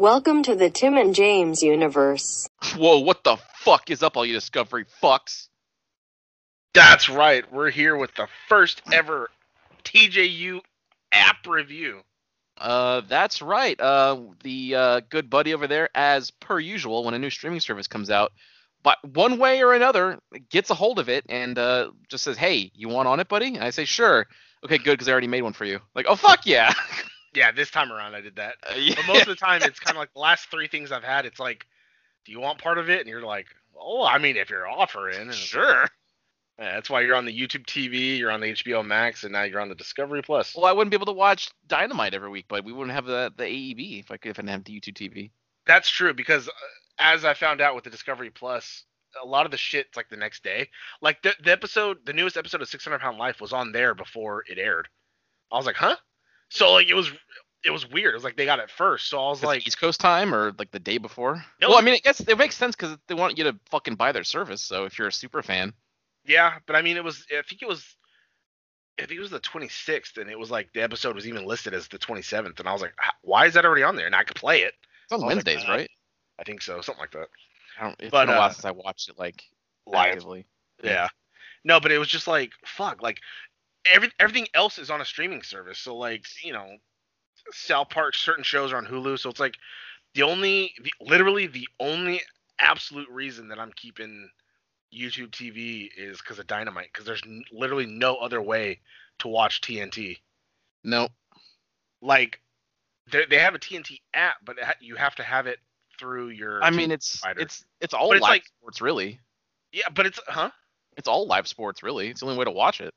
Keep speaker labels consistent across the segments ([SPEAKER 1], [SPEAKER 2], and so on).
[SPEAKER 1] Welcome to the Tim and James universe.
[SPEAKER 2] Whoa, what the fuck is up, all you Discovery fucks?
[SPEAKER 3] That's right. We're here with the first ever TJU app review.
[SPEAKER 2] Uh, that's right. Uh, the uh, good buddy over there, as per usual, when a new streaming service comes out, but one way or another, gets a hold of it and uh, just says, "Hey, you want on it, buddy?" And I say, "Sure." Okay, good, because I already made one for you. Like, oh fuck yeah.
[SPEAKER 3] Yeah, this time around I did that.
[SPEAKER 2] Uh, yeah.
[SPEAKER 3] But most of the time, it's kind of like the last three things I've had. It's like, do you want part of it? And you're like, oh, I mean, if you're offering, and it's like,
[SPEAKER 2] sure.
[SPEAKER 3] yeah, that's why you're on the YouTube TV, you're on the HBO Max, and now you're on the Discovery Plus.
[SPEAKER 2] Well, I wouldn't be able to watch Dynamite every week, but we wouldn't have the the AEB if I could, if I didn't have the YouTube TV.
[SPEAKER 3] That's true because uh, as I found out with the Discovery Plus, a lot of the shit's like the next day. Like the, the episode, the newest episode of 600 Pound Life was on there before it aired. I was like, huh? So like it was it was weird. It was like they got it first. So I was
[SPEAKER 2] Is it
[SPEAKER 3] like,
[SPEAKER 2] East Coast time or like the day before.
[SPEAKER 3] No.
[SPEAKER 2] well, I mean, I guess it makes sense because they want you to fucking buy their service. So if you're a super fan,
[SPEAKER 3] yeah, but I mean, it was. I think it was. I think it was the 26th, and it was like the episode was even listed as the 27th, and I was like, "H- why is that already on there? And I could play it.
[SPEAKER 2] it's on
[SPEAKER 3] Oh my
[SPEAKER 2] Wednesdays,
[SPEAKER 3] God.
[SPEAKER 2] right?
[SPEAKER 3] I think so, something like that.
[SPEAKER 2] I don't. It's
[SPEAKER 3] But,
[SPEAKER 2] been a while
[SPEAKER 3] uh,
[SPEAKER 2] since I watched it like
[SPEAKER 3] Live.
[SPEAKER 2] actively.
[SPEAKER 3] Yeah. No, but it was just like fuck. Like every everything else is on a streaming service. So like you know, South Park certain shows are on Hulu. So it's like the only, the, literally the only absolute reason that I'm keeping YouTube TV is because of Dynamite. Because there's n- literally no other way to watch TNT.
[SPEAKER 2] No.
[SPEAKER 3] Like they they have a TNT app, but it ha- you have to have it through your.
[SPEAKER 2] I mean, it's
[SPEAKER 3] Spider.
[SPEAKER 2] it's it's all
[SPEAKER 3] But it's
[SPEAKER 2] live
[SPEAKER 3] like-
[SPEAKER 2] sports really.
[SPEAKER 3] yeah, but it's huh.
[SPEAKER 2] It's all live sports really. It's the only way to watch it.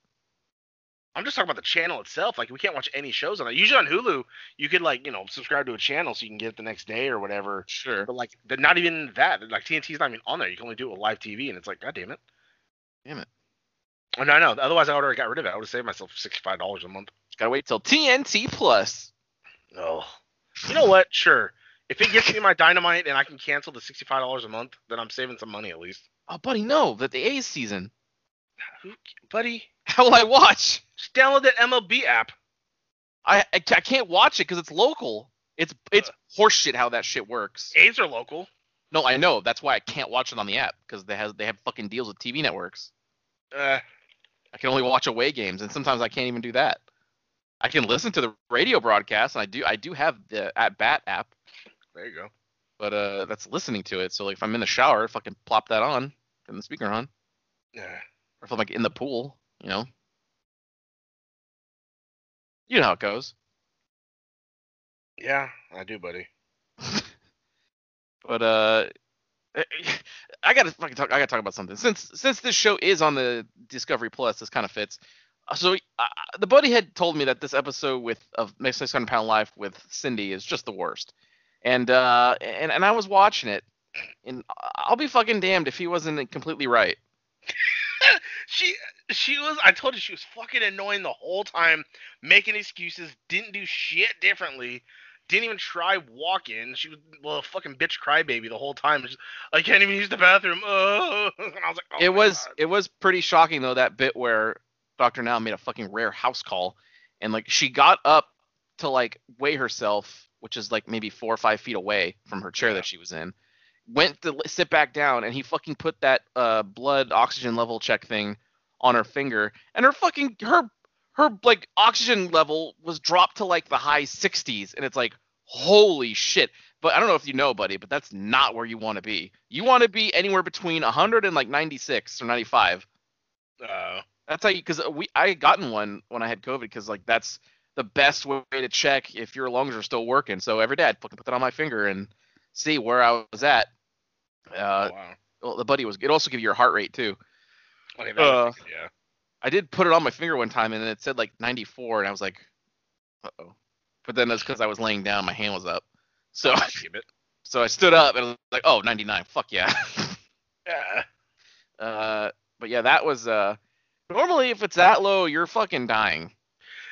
[SPEAKER 3] I'm just talking about the channel itself. Like we can't watch any shows on it. Usually on Hulu, you could like you know subscribe to a channel so you can get it the next day or whatever.
[SPEAKER 2] Sure.
[SPEAKER 3] But like they're not even that. Like TNT's not even on there. You can only do it with live TV, and it's like, god damn it.
[SPEAKER 2] Damn it.
[SPEAKER 3] Oh, no, no. Otherwise, I would have got rid of it. I would have saved myself sixty five dollars a month.
[SPEAKER 2] Gotta wait till TNT Plus.
[SPEAKER 3] No. You know what? Sure. If it gets me my dynamite and I can cancel the sixty five dollars a month, then I'm saving some money at least.
[SPEAKER 2] Oh, buddy, no, that the A's season.
[SPEAKER 3] Who, buddy,
[SPEAKER 2] How will I watch?
[SPEAKER 3] just download that MLB app.
[SPEAKER 2] I I, ca- I can't watch it because it's local. It's it's horseshit how that shit works.
[SPEAKER 3] A's are local.
[SPEAKER 2] No, I know. That's why I can't watch it on the app because they has they have fucking deals with TV networks.
[SPEAKER 3] Uh,
[SPEAKER 2] I can only watch away games, and sometimes I can't even do that. I can listen to the radio broadcast, and I do I do have the at bat app,
[SPEAKER 3] there you go.
[SPEAKER 2] but uh, that's listening to it. So like if I'm in the shower, if I can plop that on, turn the speaker on,
[SPEAKER 3] Yeah.
[SPEAKER 2] or if I'm like in the pool, you know, you know how it goes.
[SPEAKER 3] Yeah, I do, buddy.
[SPEAKER 2] But uh, I gotta fucking talk. I gotta talk about something since since this show is on the Discovery Plus. This kind of fits. Uh, So uh, the buddy had told me that this episode with of Next Six Hundred Pound Life with Cindy is just the worst, and uh, and and I was watching it, and I'll be fucking damned if he wasn't completely right.
[SPEAKER 3] she she was I told you she was fucking annoying the whole time, making excuses, didn't do shit differently, didn't even try walking. She was well a fucking bitch crybaby the whole time. Just, I can't even use the bathroom. Oh, and I was like, oh
[SPEAKER 2] it
[SPEAKER 3] my
[SPEAKER 2] was
[SPEAKER 3] God.
[SPEAKER 2] it was pretty shocking though that bit where Doctor Now made a fucking rare house call, and like she got up to like weigh herself, which is like maybe four or five feet away from her chair
[SPEAKER 3] Yeah.
[SPEAKER 2] that she was in, went to l- sit back down, and he fucking put that uh blood oxygen level check thing on her finger, and her fucking her her like oxygen level was dropped to like the high 60s, and it's like holy shit. But I don't know if you know, buddy, but that's not where you want to be. You want to be anywhere between 100 and like 96 or 95.
[SPEAKER 3] Uh,
[SPEAKER 2] That's how you because we I had gotten one when I had COVID because like that's the best way to check if your lungs are still working. So every day I'd fucking put that on my finger and see where I was at. Uh,
[SPEAKER 3] wow.
[SPEAKER 2] well, the buddy was. It also give you your heart rate too.
[SPEAKER 3] Okay, that was
[SPEAKER 2] uh,
[SPEAKER 3] fucking- yeah.
[SPEAKER 2] I did put it on my finger one time and it said like 94 and I was like, uh oh. But then that's because I was laying down, my hand was up. So
[SPEAKER 3] I give it.
[SPEAKER 2] so I stood up and I was like, oh, 99, fuck yeah.
[SPEAKER 3] Yeah.
[SPEAKER 2] Uh, but yeah, that was uh. Normally, if it's that low, you're fucking dying.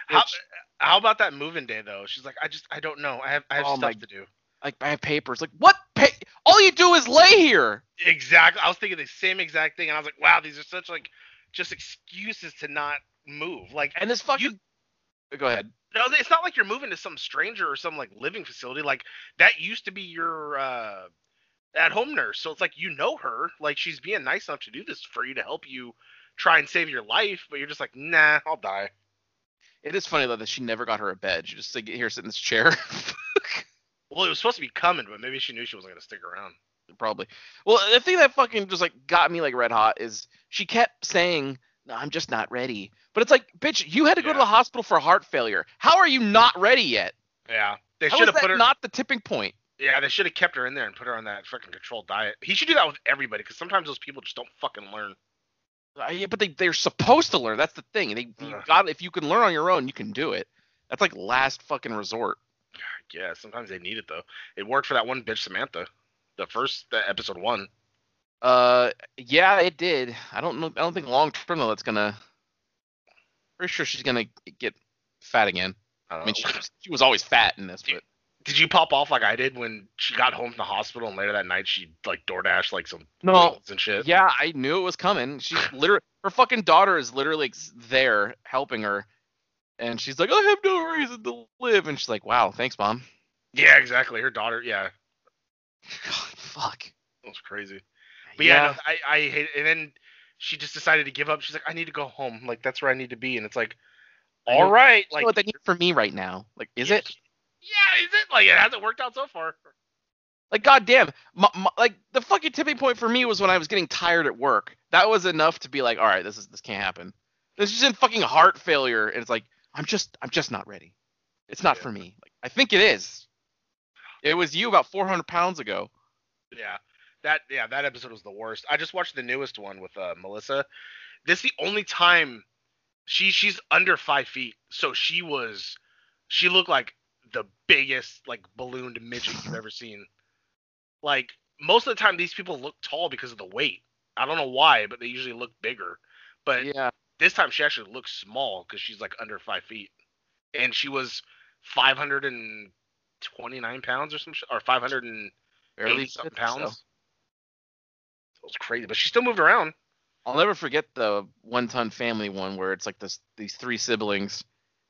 [SPEAKER 3] How,
[SPEAKER 2] Which,
[SPEAKER 3] how about that moving day though? She's like, I just I don't know. I have I have
[SPEAKER 2] Oh,
[SPEAKER 3] stuff
[SPEAKER 2] my-
[SPEAKER 3] to do.
[SPEAKER 2] like I have papers. Like what? Pa- All you do is lay here.
[SPEAKER 3] Exactly. I was thinking the same exact thing, and I was like, wow, these are such like just excuses to not move. Like
[SPEAKER 2] And this fucking Go ahead.
[SPEAKER 3] No, it's not like you're moving to some stranger or some like living facility. Like that used to be your uh, at home nurse. So it's like you know her. Like she's being nice enough to do this for you to help you try and save your life, but you're just like, nah, I'll die.
[SPEAKER 2] It is funny though that she never got her a bed. She just like here sit in this chair.
[SPEAKER 3] Well, it was supposed to be coming, but maybe she knew she wasn't gonna stick around.
[SPEAKER 2] Probably. Well, the thing that fucking just like got me like red hot is she kept saying, no, "I'm just not ready." But it's like, bitch, you had to go to
[SPEAKER 3] Yeah.
[SPEAKER 2] the hospital for heart failure. How are you not ready yet?
[SPEAKER 3] Yeah, they
[SPEAKER 2] How
[SPEAKER 3] should
[SPEAKER 2] is
[SPEAKER 3] have
[SPEAKER 2] that
[SPEAKER 3] put her.
[SPEAKER 2] not the tipping point?
[SPEAKER 3] yeah, they should have kept her in there and put her on that fucking controlled diet. He should do that with everybody because sometimes those people just don't fucking learn.
[SPEAKER 2] Uh, yeah, but they they're supposed to learn. That's the thing. They you
[SPEAKER 3] Ugh.
[SPEAKER 2] got if you can learn on your own, you can do it. That's like last fucking resort.
[SPEAKER 3] Yeah, sometimes they need it though. It worked for that one bitch Samantha, the first the episode one.
[SPEAKER 2] Uh, yeah, it did. I don't know. I don't think long term though. That's gonna. Pretty sure she's gonna get fat again.
[SPEAKER 3] I don't
[SPEAKER 2] I mean, she,
[SPEAKER 3] know.
[SPEAKER 2] she was always fat in this, but
[SPEAKER 3] Did you pop off like I did when she got home from the hospital and later that night she like DoorDash like some
[SPEAKER 2] No.
[SPEAKER 3] meals and shit?
[SPEAKER 2] yeah, I knew it was coming. She literally, her fucking daughter is literally ex- there helping her, and she's like, "I have no reason to live," and she's like, "Wow, thanks, mom."
[SPEAKER 3] Yeah, exactly. Her daughter. Yeah,
[SPEAKER 2] God, fuck.
[SPEAKER 3] that was crazy. But yeah, no, I, I hate it. And then she just decided to give up. She's like, I need to go home. Like, that's where I need to be. And it's like,
[SPEAKER 2] I know-
[SPEAKER 3] all right.
[SPEAKER 2] like,
[SPEAKER 3] Like,
[SPEAKER 2] what they need for me right now. Like, is it?
[SPEAKER 3] Yeah, is it? Like, it hasn't worked out so far.
[SPEAKER 2] Like, goddamn, my, my, like the fucking tipping point for me was when I was getting tired at work. That was enough to be like, all right, this is this can't happen. This is in fucking heart failure, and it's like, I'm just, I'm just not ready. It's not
[SPEAKER 3] Yeah.
[SPEAKER 2] for me. Like, I think it is. It was you about 400 pounds ago.
[SPEAKER 3] Yeah. That yeah, that episode was the worst. I just watched the newest one with uh, Melissa. This is the only time she she's under five feet, so she was she looked like the biggest like ballooned midget you've ever seen. Like most of the time, these people look tall because of the weight. I don't know why, but they usually look bigger. But
[SPEAKER 2] Yeah.
[SPEAKER 3] this time she actually looks small because she's like under five feet, and she was 529 pounds or some shit, or 500 and
[SPEAKER 2] Barely
[SPEAKER 3] 80 something
[SPEAKER 2] did, so.
[SPEAKER 3] pounds. It was crazy, but she still moved around.
[SPEAKER 2] I'll never forget the one ton family one where it's like this these three siblings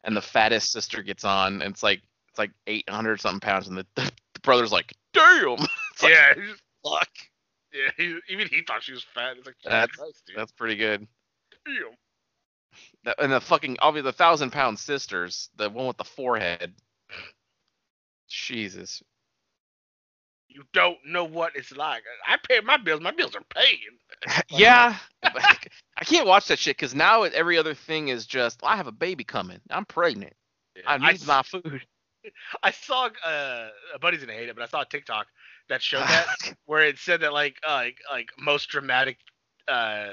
[SPEAKER 2] and the fattest sister gets on and it's like it's like 800 something pounds and the, the, brother's like damn It's like-
[SPEAKER 3] yeah, he was-
[SPEAKER 2] fuck
[SPEAKER 3] yeah. He, even he thought she was fat. It's like Jesus
[SPEAKER 2] That's-
[SPEAKER 3] Christ, dude.
[SPEAKER 2] that's pretty good
[SPEAKER 3] Damn.
[SPEAKER 2] That- and the fucking obviously the thousand pound sisters the one with the forehead Jesus
[SPEAKER 3] You don't know what it's like. I pay my bills. My bills are paid.
[SPEAKER 2] yeah I can't watch that shit because now every other thing is just I have a baby coming I'm pregnant I
[SPEAKER 3] I,
[SPEAKER 2] need
[SPEAKER 3] s-
[SPEAKER 2] my food
[SPEAKER 3] I saw uh, a buddy's gonna hate it, but I saw a TikTok that showed that where it said that like uh, like like most dramatic uh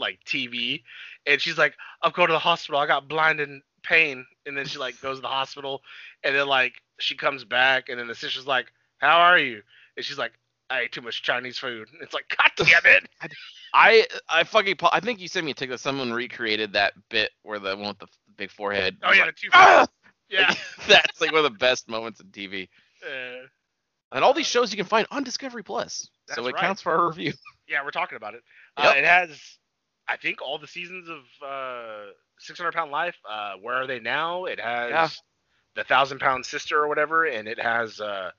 [SPEAKER 3] like TV, and she's like, "I'm going to the hospital. I got blind in pain," and then she like goes to the hospital, and then like she comes back, and then the sister's like, "How are you?" And she's like, "I ate too much Chinese food." It's like, "God damn it!"
[SPEAKER 2] I I fucking po- I think you sent me a ticket. Someone recreated that bit where the one with the big forehead.
[SPEAKER 3] Oh
[SPEAKER 2] was
[SPEAKER 3] yeah, the
[SPEAKER 2] like,
[SPEAKER 3] two.
[SPEAKER 2] "Ah!"
[SPEAKER 3] Yeah.
[SPEAKER 2] that's like one of the best moments in TV.
[SPEAKER 3] Uh,
[SPEAKER 2] And all these shows you can find on Discovery Plus, so
[SPEAKER 3] That's
[SPEAKER 2] it
[SPEAKER 3] right.
[SPEAKER 2] counts for our review.
[SPEAKER 3] Yeah, we're talking about it. Uh,
[SPEAKER 2] Yep.
[SPEAKER 3] it has, I think, all the seasons of uh, 600 Pound Life. Uh, Where are they now? It has
[SPEAKER 2] Yeah.
[SPEAKER 3] the Thousand Pound Sister or whatever, and it has uh,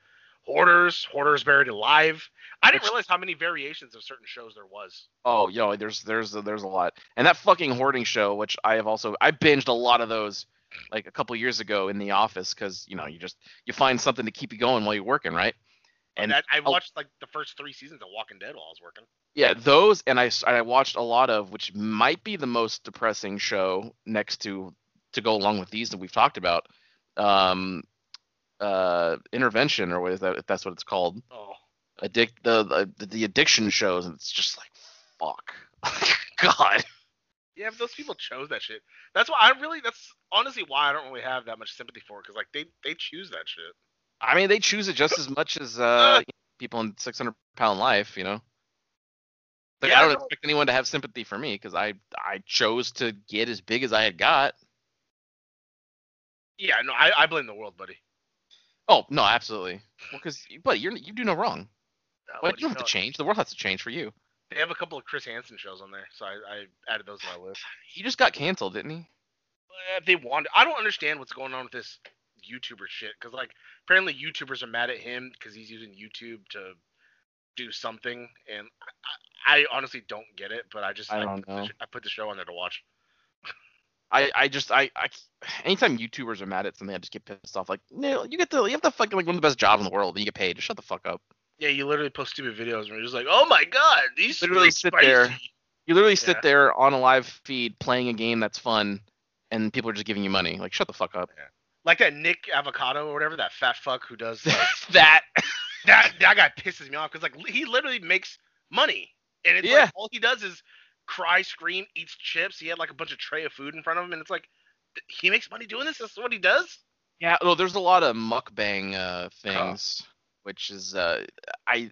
[SPEAKER 3] Hoarders, Hoarders Buried Alive. I didn't
[SPEAKER 2] Which-
[SPEAKER 3] realize how many variations of certain shows there was.
[SPEAKER 2] Oh, yo, there's there's there's a lot. And that fucking hoarding show, which I have also I binged a lot of those like a couple years ago in the office because you know you just you find something to keep you going while you're working, right?
[SPEAKER 3] And that, I
[SPEAKER 2] oh.
[SPEAKER 3] watched like the first three seasons of Walking Dead while I was working.
[SPEAKER 2] Yeah, those, and I, s- and I watched a lot of, which might be the most depressing show next to to go along with these that we've talked about. Um, uh, intervention, or what is that? If that's what it's called,
[SPEAKER 3] Oh,
[SPEAKER 2] addict the the, the addiction shows, and it's just like fuck, God.
[SPEAKER 3] yeah, but those people chose that shit. That's why I really, that's honestly why I don't really have that much sympathy for it, because like they they choose that shit.
[SPEAKER 2] I mean, they choose it just as much as uh, people in 600 Pound Life, you know. Like,
[SPEAKER 3] Yeah,
[SPEAKER 2] I
[SPEAKER 3] I
[SPEAKER 2] don't
[SPEAKER 3] don't-
[SPEAKER 2] expect anyone to have sympathy for me because I I chose to get as big as I had got.
[SPEAKER 3] Yeah, no, I, I blame the world, buddy.
[SPEAKER 2] Oh no, absolutely. Well, because buddy, you're you do no wrong.
[SPEAKER 3] Uh,
[SPEAKER 2] But
[SPEAKER 3] what
[SPEAKER 2] you
[SPEAKER 3] do
[SPEAKER 2] don't have
[SPEAKER 3] know?
[SPEAKER 2] to change. The world has to change for you.
[SPEAKER 3] They have a couple of Chris Hansen shows on there, so I, I added those to my list.
[SPEAKER 2] He just got canceled, didn't he?
[SPEAKER 3] uh, they want. I don't understand what's going on with this YouTuber shit because like apparently YouTubers are mad at him because he's using YouTube to do something, and I, I honestly don't get it. But I just
[SPEAKER 2] I don't
[SPEAKER 3] put the
[SPEAKER 2] know.
[SPEAKER 3] sh- I put the show on there to watch.
[SPEAKER 2] I, I just I, I anytime YouTubers are mad at something, I just get pissed off. Like, no, you get to you have the fucking like one of the best jobs in the world, and you get paid. Just shut the fuck up.
[SPEAKER 3] Yeah, you literally post stupid videos and you're just like, oh my god, these
[SPEAKER 2] Literally
[SPEAKER 3] are
[SPEAKER 2] sit
[SPEAKER 3] spicy.
[SPEAKER 2] there. You literally sit
[SPEAKER 3] Yeah.
[SPEAKER 2] there on a live feed playing a game that's fun, and people are just giving you money. Like, shut the fuck up.
[SPEAKER 3] Like that Nick Avocado or whatever, that fat fuck who does like,
[SPEAKER 2] that
[SPEAKER 3] that. That guy pisses me off because like li- he literally makes money, and it's
[SPEAKER 2] Yeah.
[SPEAKER 3] like all he does is cry, scream, eats chips. He had like a bunch of tray of food in front of him, and it's like th- he makes money doing this. That's what he does.
[SPEAKER 2] Yeah, well, there's a lot of mukbang uh, things, which is uh, I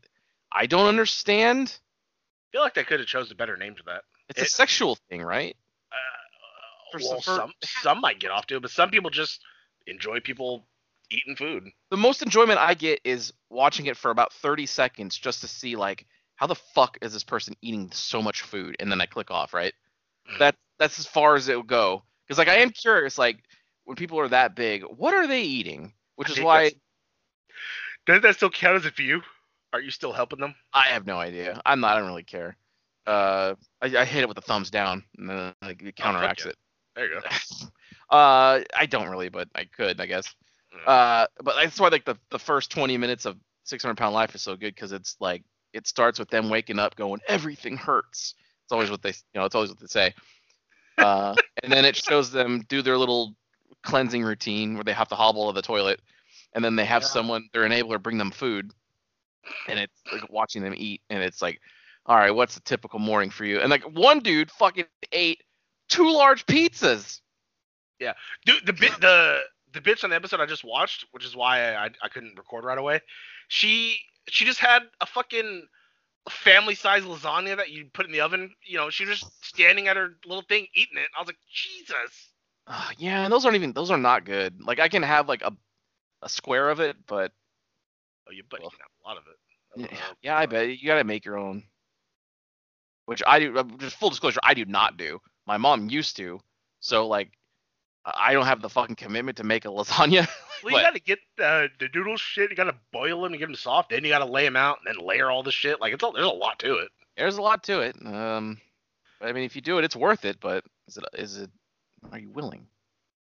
[SPEAKER 2] I don't understand.
[SPEAKER 3] I feel like they could have chose a better name for that.
[SPEAKER 2] It's a
[SPEAKER 3] It-
[SPEAKER 2] sexual thing, right?
[SPEAKER 3] Uh,
[SPEAKER 2] For some-
[SPEAKER 3] well,
[SPEAKER 2] for-
[SPEAKER 3] some some might get off to it, but some people just enjoy people eating food.
[SPEAKER 2] The most enjoyment I get is watching it for about 30 seconds just to see like how the fuck is this person eating so much food, and then I click off, right?
[SPEAKER 3] Hmm.
[SPEAKER 2] That that's as far as it'll go. Because like I am curious, like when people are that big, what are they eating? Which
[SPEAKER 3] I
[SPEAKER 2] is
[SPEAKER 3] think
[SPEAKER 2] why
[SPEAKER 3] that's- Doesn't that still count as a view? Are you still helping them?
[SPEAKER 2] I have no idea. I'm not. I don't really care. Uh, I, I hit it with a thumbs down, and then like it
[SPEAKER 3] Oh, fuck
[SPEAKER 2] counteracts
[SPEAKER 3] yeah.
[SPEAKER 2] it.
[SPEAKER 3] There you go.
[SPEAKER 2] uh, I don't really, but I could, I guess. Uh, but that's why like the, the first 20 minutes of 600 Pound Life is so good because it's like it starts with them waking up going everything hurts. It's always what they you know it's always what they say. Uh, and then it shows them do their little cleansing routine where they have to hobble to the toilet, and then they have
[SPEAKER 3] Yeah.
[SPEAKER 2] someone their enabler bring them food, and it's like watching them eat, and it's like, all right, what's a typical morning for you? And like one dude fucking ate two large pizzas.
[SPEAKER 3] Dude, the bit the the bitch on the episode I just watched, which is why I I, I couldn't record right away. She she just had a fucking family size lasagna that you put in the oven. You know, she was just standing at her little thing eating it. I was like, Jesus.
[SPEAKER 2] Uh, yeah, and those aren't even those are not good. Like I can have like a a square of it, but
[SPEAKER 3] Oh, you but you
[SPEAKER 2] Well.
[SPEAKER 3] can have a lot of it.
[SPEAKER 2] yeah, yeah, I bet you gotta make your own. Which I do. uh, Just full disclosure, I do not do. My mom used to, so like I I don't have the fucking commitment to make a lasagna. What?
[SPEAKER 3] Well, you gotta get the the noodles shit. You gotta boil them and get them soft. Then you gotta lay them out and then layer all the shit. Like it's all, there's a lot to it.
[SPEAKER 2] There's a lot to it. Um, but I mean, if you do it, it's worth it. But is it is it? Are you willing?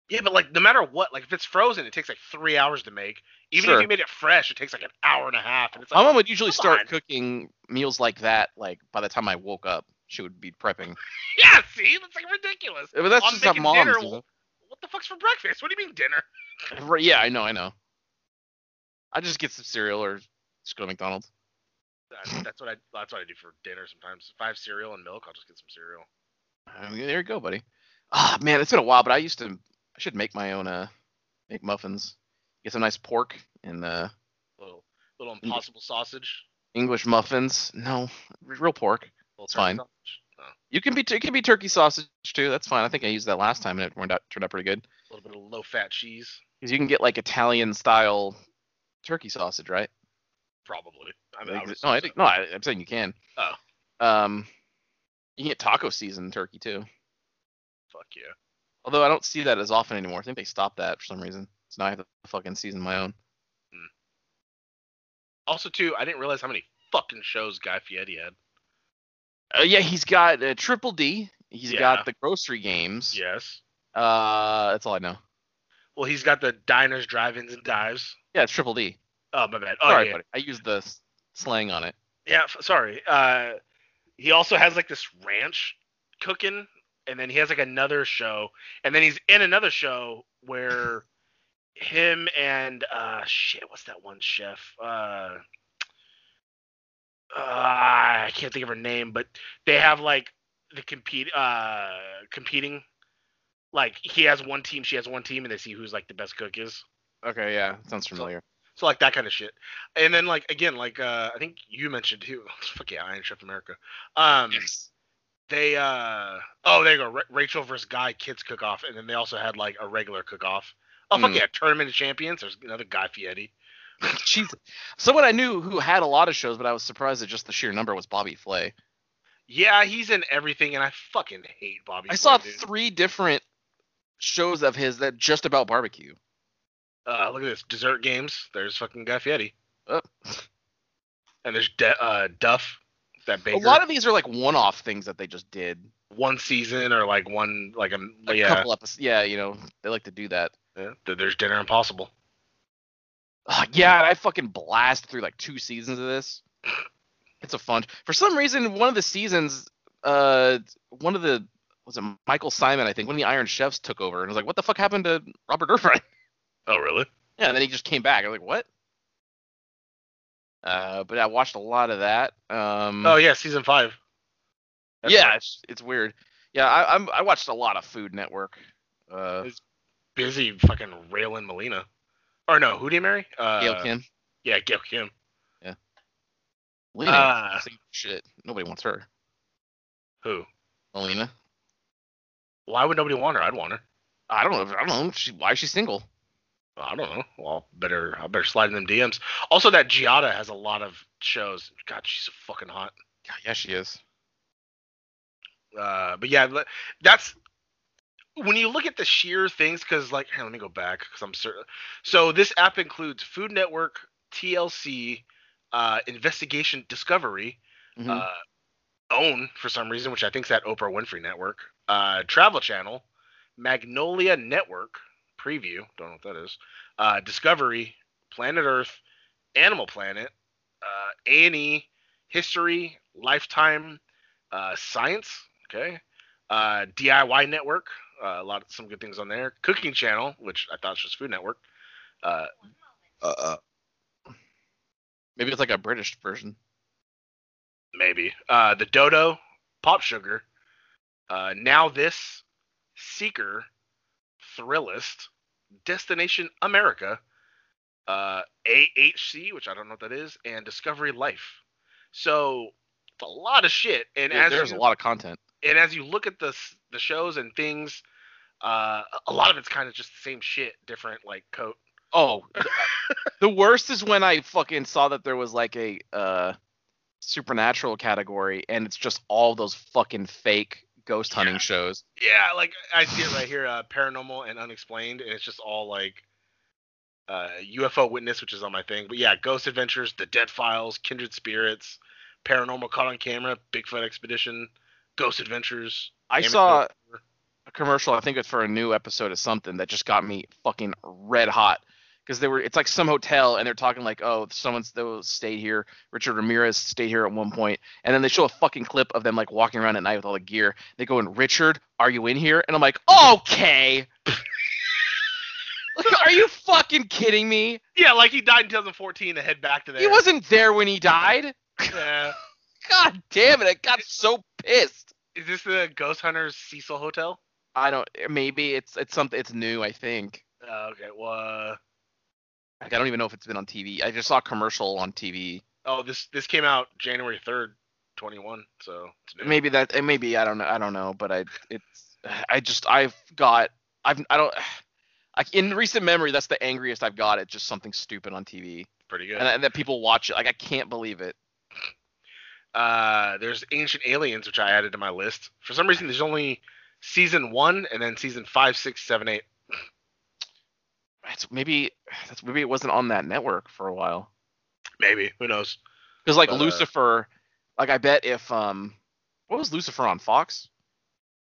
[SPEAKER 3] Yeah, but like no matter what, like if it's frozen, it takes like three hours to make. Even
[SPEAKER 2] Sure.
[SPEAKER 3] if you made it fresh, it takes like an hour and a half. And it's
[SPEAKER 2] My
[SPEAKER 3] like,
[SPEAKER 2] mom would usually
[SPEAKER 3] come
[SPEAKER 2] start
[SPEAKER 3] on.
[SPEAKER 2] cooking meals like that. Like by the time I woke up, she would be prepping.
[SPEAKER 3] Yeah, see, that's like ridiculous.
[SPEAKER 2] But that's
[SPEAKER 3] I'm
[SPEAKER 2] just how
[SPEAKER 3] making
[SPEAKER 2] moms.
[SPEAKER 3] dinner.
[SPEAKER 2] do it.
[SPEAKER 3] What the fuck's for breakfast? What do you mean dinner?
[SPEAKER 2] Right, yeah, I know, I know. I just get some cereal or just go to McDonald's.
[SPEAKER 3] That, that's what I that's what I do for dinner sometimes. If I have cereal and milk, I'll just get some cereal.
[SPEAKER 2] I mean, there you go, buddy. Ah, man, it's been a while, but I used to. I should make my own. Uh, make muffins. Get some nice pork and uh,
[SPEAKER 3] Little little
[SPEAKER 2] Mm.
[SPEAKER 3] impossible sausage.
[SPEAKER 2] English muffins. No, r- real pork.
[SPEAKER 3] Little
[SPEAKER 2] It's
[SPEAKER 3] turkey
[SPEAKER 2] fine.
[SPEAKER 3] Sausage. Oh,
[SPEAKER 2] You can be. It can be turkey sausage too. That's fine. I think I used that last time and it turned out turned out pretty good.
[SPEAKER 3] a little bit of low fat cheese,
[SPEAKER 2] Because you can get like Italian style turkey sausage, right?
[SPEAKER 3] probably. I mean, I would
[SPEAKER 2] Exi- no, I
[SPEAKER 3] assume
[SPEAKER 2] think,
[SPEAKER 3] so.
[SPEAKER 2] no, I, I'm saying you can.
[SPEAKER 3] Oh.
[SPEAKER 2] Um, you can get taco seasoned turkey too.
[SPEAKER 3] Fuck yeah.
[SPEAKER 2] Although I don't see that as often anymore. I think they stopped that for some reason. So now I have to fucking season my own.
[SPEAKER 3] Also, too, I didn't realize how many fucking shows Guy Fieri had.
[SPEAKER 2] Uh, yeah, he's got uh, Triple D. He's
[SPEAKER 3] Yeah.
[SPEAKER 2] got the grocery games.
[SPEAKER 3] Yes.
[SPEAKER 2] Uh, that's all I know.
[SPEAKER 3] Well, he's got the diners, drive-ins, and dives.
[SPEAKER 2] Yeah, it's Triple D.
[SPEAKER 3] Oh my bad. Oh
[SPEAKER 2] Sorry,
[SPEAKER 3] yeah.
[SPEAKER 2] buddy. I used the s- slang on it.
[SPEAKER 3] Yeah, f- sorry. Uh, he also has like this ranch cooking, and then he has like another show, and then he's in another show where him and uh, shit, what's that one chef? Uh, uh, ah, I can't think of her name, but they have like the compete, uh, competing. Like he has one team, she has one team, and they see who's like the best cook is.
[SPEAKER 2] Okay, yeah, sounds familiar.
[SPEAKER 3] So like that kind of shit. And then like again, like uh, I think you mentioned too. Fuck yeah, Iron Chef America. Um, they uh oh there you go, Ra- Rachel versus Guy kids cook off, and then they also had like a regular cook off. Oh fuck
[SPEAKER 2] Hmm.
[SPEAKER 3] yeah, Tournament of Champions. There's another Guy Fieri.
[SPEAKER 2] Jeez. Someone I knew who had a lot of shows, but I was surprised at just the sheer number was Bobby Flay.
[SPEAKER 3] Yeah, he's in everything, and I fucking hate Bobby.
[SPEAKER 2] I
[SPEAKER 3] Flay,
[SPEAKER 2] saw
[SPEAKER 3] dude.
[SPEAKER 2] three different shows of his that just about barbecue.
[SPEAKER 3] Uh, look at this. Dessert games. There's fucking Guy Fieri.
[SPEAKER 2] Oh.
[SPEAKER 3] And there's De- uh, Duff, that baker.
[SPEAKER 2] A lot of these are like one-off things that they just did.
[SPEAKER 3] one season or like one like um,
[SPEAKER 2] A
[SPEAKER 3] yeah.
[SPEAKER 2] couple episodes. Yeah, you know they like to do that.
[SPEAKER 3] yeah. Th- There's Dinner Impossible.
[SPEAKER 2] Uh, yeah, and I fucking blast through like two seasons of this. It's a fun. For some reason, one of the seasons, uh, one of the was it Michael Simon? I think one of the Iron Chefs took over, and I was like, "What the fuck happened to Robert Irvine?"
[SPEAKER 3] Oh really?
[SPEAKER 2] Yeah, and then he just came back. I was like, "What?" Uh, but I watched a lot of that. Um,
[SPEAKER 3] Oh yeah, season five. That's
[SPEAKER 2] yeah,
[SPEAKER 3] right.
[SPEAKER 2] it's, it's weird. Yeah, I, I'm I watched a lot of Food Network. Uh,
[SPEAKER 3] busy fucking railing Molina. Or no, who do you marry? Uh,
[SPEAKER 2] Gail Kim.
[SPEAKER 3] Yeah, Gail Kim.
[SPEAKER 2] Lena.
[SPEAKER 3] uh,
[SPEAKER 2] shit, nobody wants her.
[SPEAKER 3] Who?
[SPEAKER 2] Lena.
[SPEAKER 3] Why would nobody want her? I'd want her.
[SPEAKER 2] I don't know. I don't know. She, why is she single?
[SPEAKER 3] I don't know. Well, better I better slide in them DMs. Also, that Giada has a lot of shows. God, she's so fucking hot.
[SPEAKER 2] God, yeah, she is.
[SPEAKER 3] Uh, but yeah, le- that's when you look at the sheer things. Because like, here, let me go back because I'm certain. So this app includes Food Network, TLC, uh, Investigation Discovery,
[SPEAKER 2] Uh,
[SPEAKER 3] uh, Own for some reason, which I think is that Oprah Winfrey Network, uh, Travel Channel, Magnolia Network, Preview, don't know what that is, uh, Discovery, Planet Earth, Animal Planet, uh, A&E, History, Lifetime, uh, Science, okay, uh, DIY Network, uh, a lot of some good things on there, Cooking Channel, which I thought was just Food Network, uh,
[SPEAKER 2] uh, maybe it's like a British version.
[SPEAKER 3] maybe. Uh, the Dodo, Pop Sugar, uh, Now This, Seeker, Thrillist, Destination America, uh, AHC, which I don't know what that is, and Discovery Life. So it's a lot of shit. And
[SPEAKER 2] Yeah,
[SPEAKER 3] as
[SPEAKER 2] there's
[SPEAKER 3] you,
[SPEAKER 2] a lot of content.
[SPEAKER 3] and as you look at the s- the shows and things, uh, a lot of it's kind of just the same shit, different like coat.
[SPEAKER 2] Oh, the worst is when I fucking saw that there was like a uh, supernatural category, and it's just all those fucking fake ghost hunting
[SPEAKER 3] Yeah.
[SPEAKER 2] shows.
[SPEAKER 3] Yeah, like I see it right here, uh, paranormal and unexplained, and it's just all like uh, UFO witness, which is on my thing. But yeah, ghost adventures, the Dead Files, kindred spirits, paranormal caught on camera, Bigfoot expedition, ghost adventures.
[SPEAKER 2] I
[SPEAKER 3] Amityville
[SPEAKER 2] saw
[SPEAKER 3] Horror.
[SPEAKER 2] a commercial, I think it's for a new episode of something that just got me fucking red hot because they were. It's like some hotel, and they're talking like, oh, someone's that stayed here. Richard Ramirez stayed here at one point, and then they show a fucking clip of them like walking around at night with all the gear. They go in, Richard, are you in here? And I'm like, okay. like, are you fucking kidding me?
[SPEAKER 3] Yeah, like he died in 2014 to head back to there.
[SPEAKER 2] He wasn't there when he died.
[SPEAKER 3] Yeah.
[SPEAKER 2] God damn it! I got so pissed.
[SPEAKER 3] Is this the Ghost Hunters Cecil Hotel?
[SPEAKER 2] I don't. Maybe it's it's something. It's new. I think.
[SPEAKER 3] Uh, okay. Well, uh,
[SPEAKER 2] Like, I don't even know if it's been on TV. I just saw a commercial on TV.
[SPEAKER 3] oh, this this came out January 3rd, 21. So it's new.
[SPEAKER 2] Maybe that. It maybe I don't know. I don't know. But I. It's. I just. I've got. I've. I don't. I, in recent memory, that's the angriest I've got at just something stupid on TV,
[SPEAKER 3] pretty good.
[SPEAKER 2] and, and that people watch it. Like I can't believe it.
[SPEAKER 3] Uh, there's Ancient Aliens, which I added to my list. For some reason, there's only season one and then season five, six, seven, eight.
[SPEAKER 2] That's maybe. That's maybe it wasn't on that network for a while.
[SPEAKER 3] Maybe who knows?
[SPEAKER 2] Because like
[SPEAKER 3] But, uh,
[SPEAKER 2] Lucifer, like I bet if um, what was Lucifer on Fox?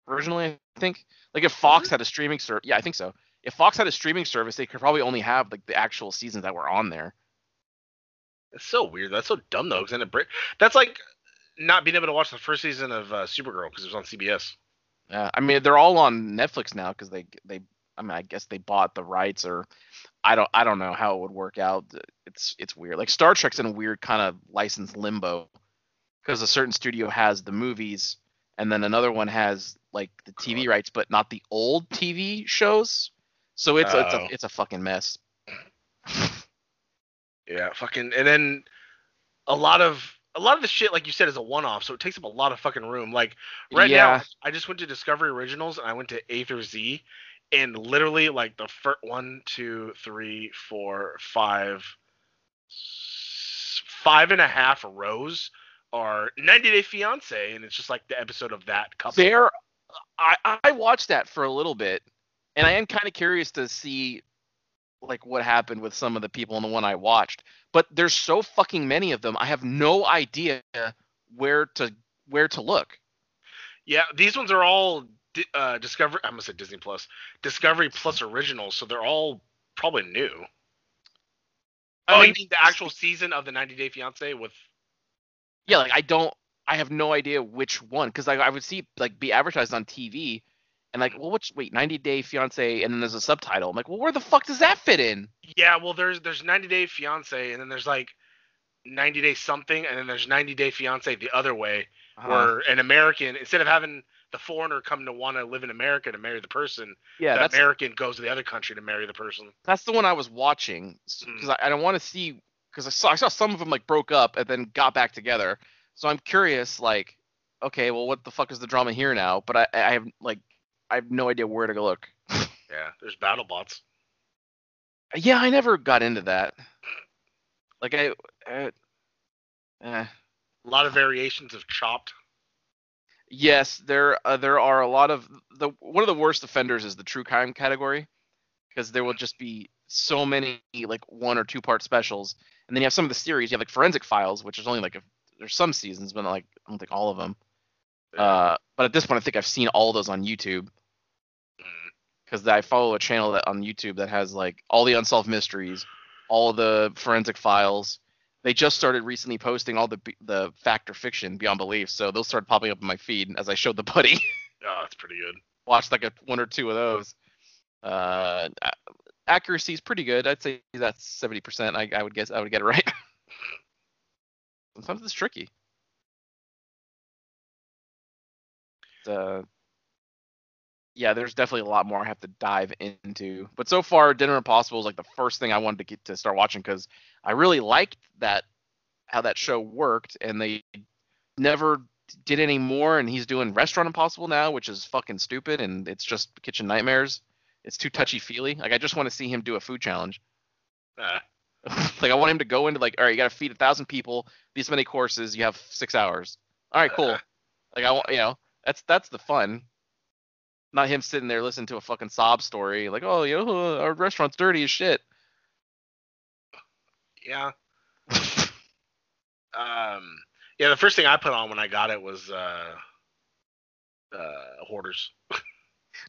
[SPEAKER 2] Originally, I think. Like if
[SPEAKER 3] Mm-hmm.
[SPEAKER 2] Fox had a streaming service, yeah, I think so. If Fox had a streaming service, they could probably only have like the actual seasons that were on there.
[SPEAKER 3] It's so weird. That's so dumb though. Cause then it break. That's like not being able to watch the first season of uh, Supergirl because it was on CBS.
[SPEAKER 2] Uh, I mean, they're all on Netflix now because they they. I mean, I guess they bought the rights, or I don't I don't know how it would work out. It's it's weird. Like Star Trek's in a weird kind of license limbo because a certain studio has the movies, and then another one has like the TV rights, but not the old TV shows. So it's a, it's
[SPEAKER 3] Oh.
[SPEAKER 2] a it's a fucking mess.
[SPEAKER 3] Yeah, fucking. And then a lot of a lot of the shit, like you said, is a one-off, so it takes up a lot of fucking room. Like right
[SPEAKER 2] yeah,
[SPEAKER 3] now, I just went to Discovery Originals and I went to A through Z, and literally like the first one, two, three, four, five, s- five and a half rows are 90 Day Fiance, and it's just like the episode of that couple.
[SPEAKER 2] there. I I watched that for a little bit, and I am kind of curious to see like what happened with some of the people in the one I watched. But there's so fucking many of them. I have no idea where to where to look.
[SPEAKER 3] Yeah, these ones are all Di- uh, Discovery. I'm gonna say Disney Plus, Discovery Plus originals, so they're all probably new.
[SPEAKER 2] I
[SPEAKER 3] oh,
[SPEAKER 2] mean-
[SPEAKER 3] you mean the actual season of the 90 Day Fiance with?
[SPEAKER 2] Yeah, like I don't I have no idea which one cuz I I would see like be advertised on TV and like, well, which wait, 90 Day Fiance, and then there's a subtitle. I'm like, well, where the fuck does that fit in?
[SPEAKER 3] Yeah, well, there's there's 90 Day Fiance, and then there's like 90 Day something, and then there's 90 Day Fiance the other way,
[SPEAKER 2] Uh,
[SPEAKER 3] where an American instead of having the foreigner come to want to live in America to marry the person,
[SPEAKER 2] yeah,
[SPEAKER 3] the
[SPEAKER 2] that's
[SPEAKER 3] American goes to the other country to marry the person.
[SPEAKER 2] that's the one I was watching because I, I don't want to see because I saw I saw some of them like broke up and then got back together. So I'm curious, like, okay, well, what the fuck is the drama here now? But I I have like I have no idea where to go look.
[SPEAKER 3] Yeah, there's battle bots.
[SPEAKER 2] Yeah, I never got into that. Like I, uh, eh.
[SPEAKER 3] A lot of variations of Chopped.
[SPEAKER 2] yes, there uh, there are a lot of the one of the worst offenders is the true crime category because there will just be so many like one or two part specials, and then you have some of the series. You have like Forensic Files, which is only like a, there's some seasons, but not, like I don't think all of them. Uh, but at this point, I think I've seen all those on YouTube
[SPEAKER 3] Mm.
[SPEAKER 2] because I follow a channel that on YouTube that has like all the unsolved mysteries, all the forensic files. They just started recently posting all the the fact or fiction beyond belief, so those started popping up in my feed as I showed the buddy.
[SPEAKER 3] Oh, that's pretty good.
[SPEAKER 2] Watched like a one or two of those. Uh, accuracy is pretty good. I'd say that's seventy percent. I, I would guess I would get it right. Sometimes it's tricky. But, uh, yeah, there's definitely a lot more I have to dive into. But so far, Dinner Impossible is like the first thing I wanted to get to start watching because I really liked that how that show worked, and they never did any more. And he's doing Restaurant Impossible now, which is fucking stupid, and it's just kitchen nightmares. It's too touchy feely. Like I just want to see him do a food challenge.
[SPEAKER 3] Uh,
[SPEAKER 2] like I want him to go into like, all right, you got to feed a thousand people these many courses. You have six hours. All right, cool. Like I want, you know, that's that's the fun. Not him sitting there listening to a fucking sob story like, oh, you know, our restaurant's dirty as shit.
[SPEAKER 3] yeah. Um, yeah, the first thing I put on when I got it was uh, uh, Hoarders.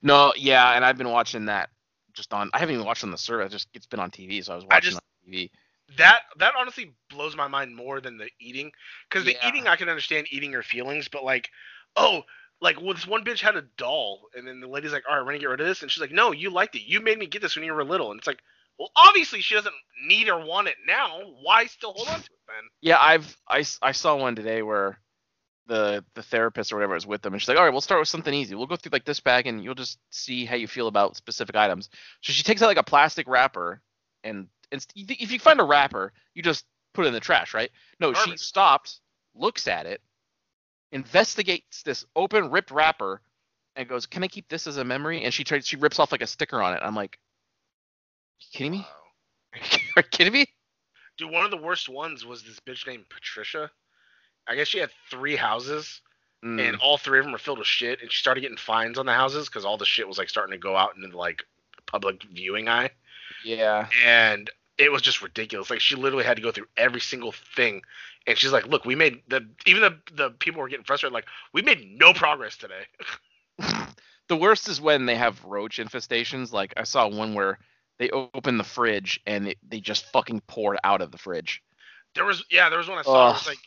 [SPEAKER 2] no, yeah, and I've been watching that just on. I haven't even watched it on the server. It's just it's been on TV, so I was watching
[SPEAKER 3] just-
[SPEAKER 2] on TV.
[SPEAKER 3] That that honestly blows my mind more than the eating, because the
[SPEAKER 2] Yeah.
[SPEAKER 3] eating I can understand eating your feelings, but like, oh, like well, this one bitch had a doll, and then the lady's like, all right, we're gonna get rid of this, and she's like, no, you liked it, you made me get this when you were little, and it's like, well, obviously she doesn't need or want it now. Why still hold on to it then?
[SPEAKER 2] Yeah, I've I, s- I saw one today where the the therapist or whatever is with them, and she's like, "All right, we'll start with something easy. We'll go through like this bag, and you'll just see how you feel about specific items." So she takes out like a plastic wrapper, and, and if you find a wrapper, you just put it in the trash, right? No, she
[SPEAKER 3] Garbage.
[SPEAKER 2] stops, looks at it, investigates this open ripped wrapper, and goes, "Can I keep this as a memory?" And she tries she rips off like a sticker on it. I'm like, "You kidding me?
[SPEAKER 3] Wow.
[SPEAKER 2] Are you kidding me?"
[SPEAKER 3] Dude, one of the worst ones was this bitch named Patricia. I guess she had three houses,
[SPEAKER 2] Mm.
[SPEAKER 3] and all three of them were filled with shit. And she started getting fines on the houses because all the shit was like starting to go out into like public viewing eye,
[SPEAKER 2] yeah.
[SPEAKER 3] and it was just ridiculous. Like she literally had to go through every single thing, and she's like, "Look, we made the even the the people were getting frustrated. Like we made no progress today."
[SPEAKER 2] the worst is when they have roach infestations. Like I saw one where they o- opened the fridge and it, they just fucking poured out of the fridge.
[SPEAKER 3] There was yeah, there was one I saw. It was
[SPEAKER 2] Ugh.
[SPEAKER 3] like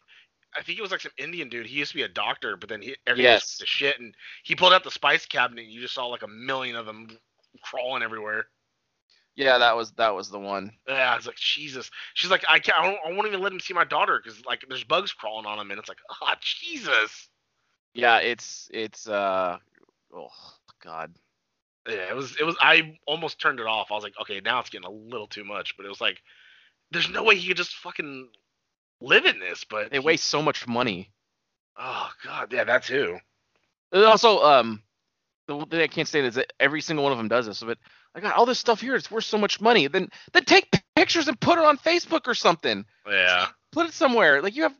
[SPEAKER 3] I think it was like some Indian dude. He used to be a doctor, but then he everything
[SPEAKER 2] Yes.
[SPEAKER 3] was the shit, and he pulled out the spice cabinet, and you just saw like a million of them crawling everywhere.
[SPEAKER 2] Yeah, that was that was the one.
[SPEAKER 3] Yeah, I was like Jesus. She's like I can't. I, don't, I won't even let him see my daughter because like there's bugs crawling on him, and it's like ah Jesus.
[SPEAKER 2] Yeah, it's it's uh oh god.
[SPEAKER 3] Yeah, it was it was. I almost turned it off. I was like, okay, now it's getting a little too much, but it was like there's no way he could just fucking live in this. But
[SPEAKER 2] They waste so much money.
[SPEAKER 3] Oh God, yeah, that too.
[SPEAKER 2] And also, um, the one thing I can't stand is that every single one of them does this. But I got all this stuff here. It's worth so much money. Then then take pictures and put it on Facebook or something.
[SPEAKER 3] Yeah.
[SPEAKER 2] Put it somewhere. Like you have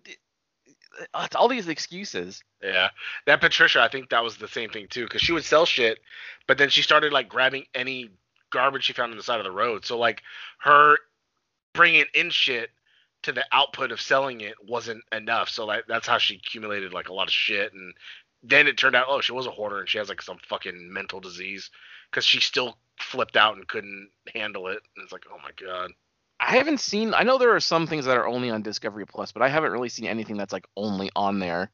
[SPEAKER 2] uh, it's all these excuses.
[SPEAKER 3] Yeah, that Patricia, I think that was the same thing too, because she would sell shit, but then she started like grabbing any garbage she found on the side of the road. So like her bringing in shit to the output of selling it wasn't enough. So like that's how she accumulated like a lot of shit, and then it turned out oh she was a hoarder and she has like some fucking mental disease because she still flipped out and couldn't handle it. And it's like oh my god.
[SPEAKER 2] I haven't seen. I know there are some things that are only on Discovery Plus, but I haven't really seen anything that's like only on there.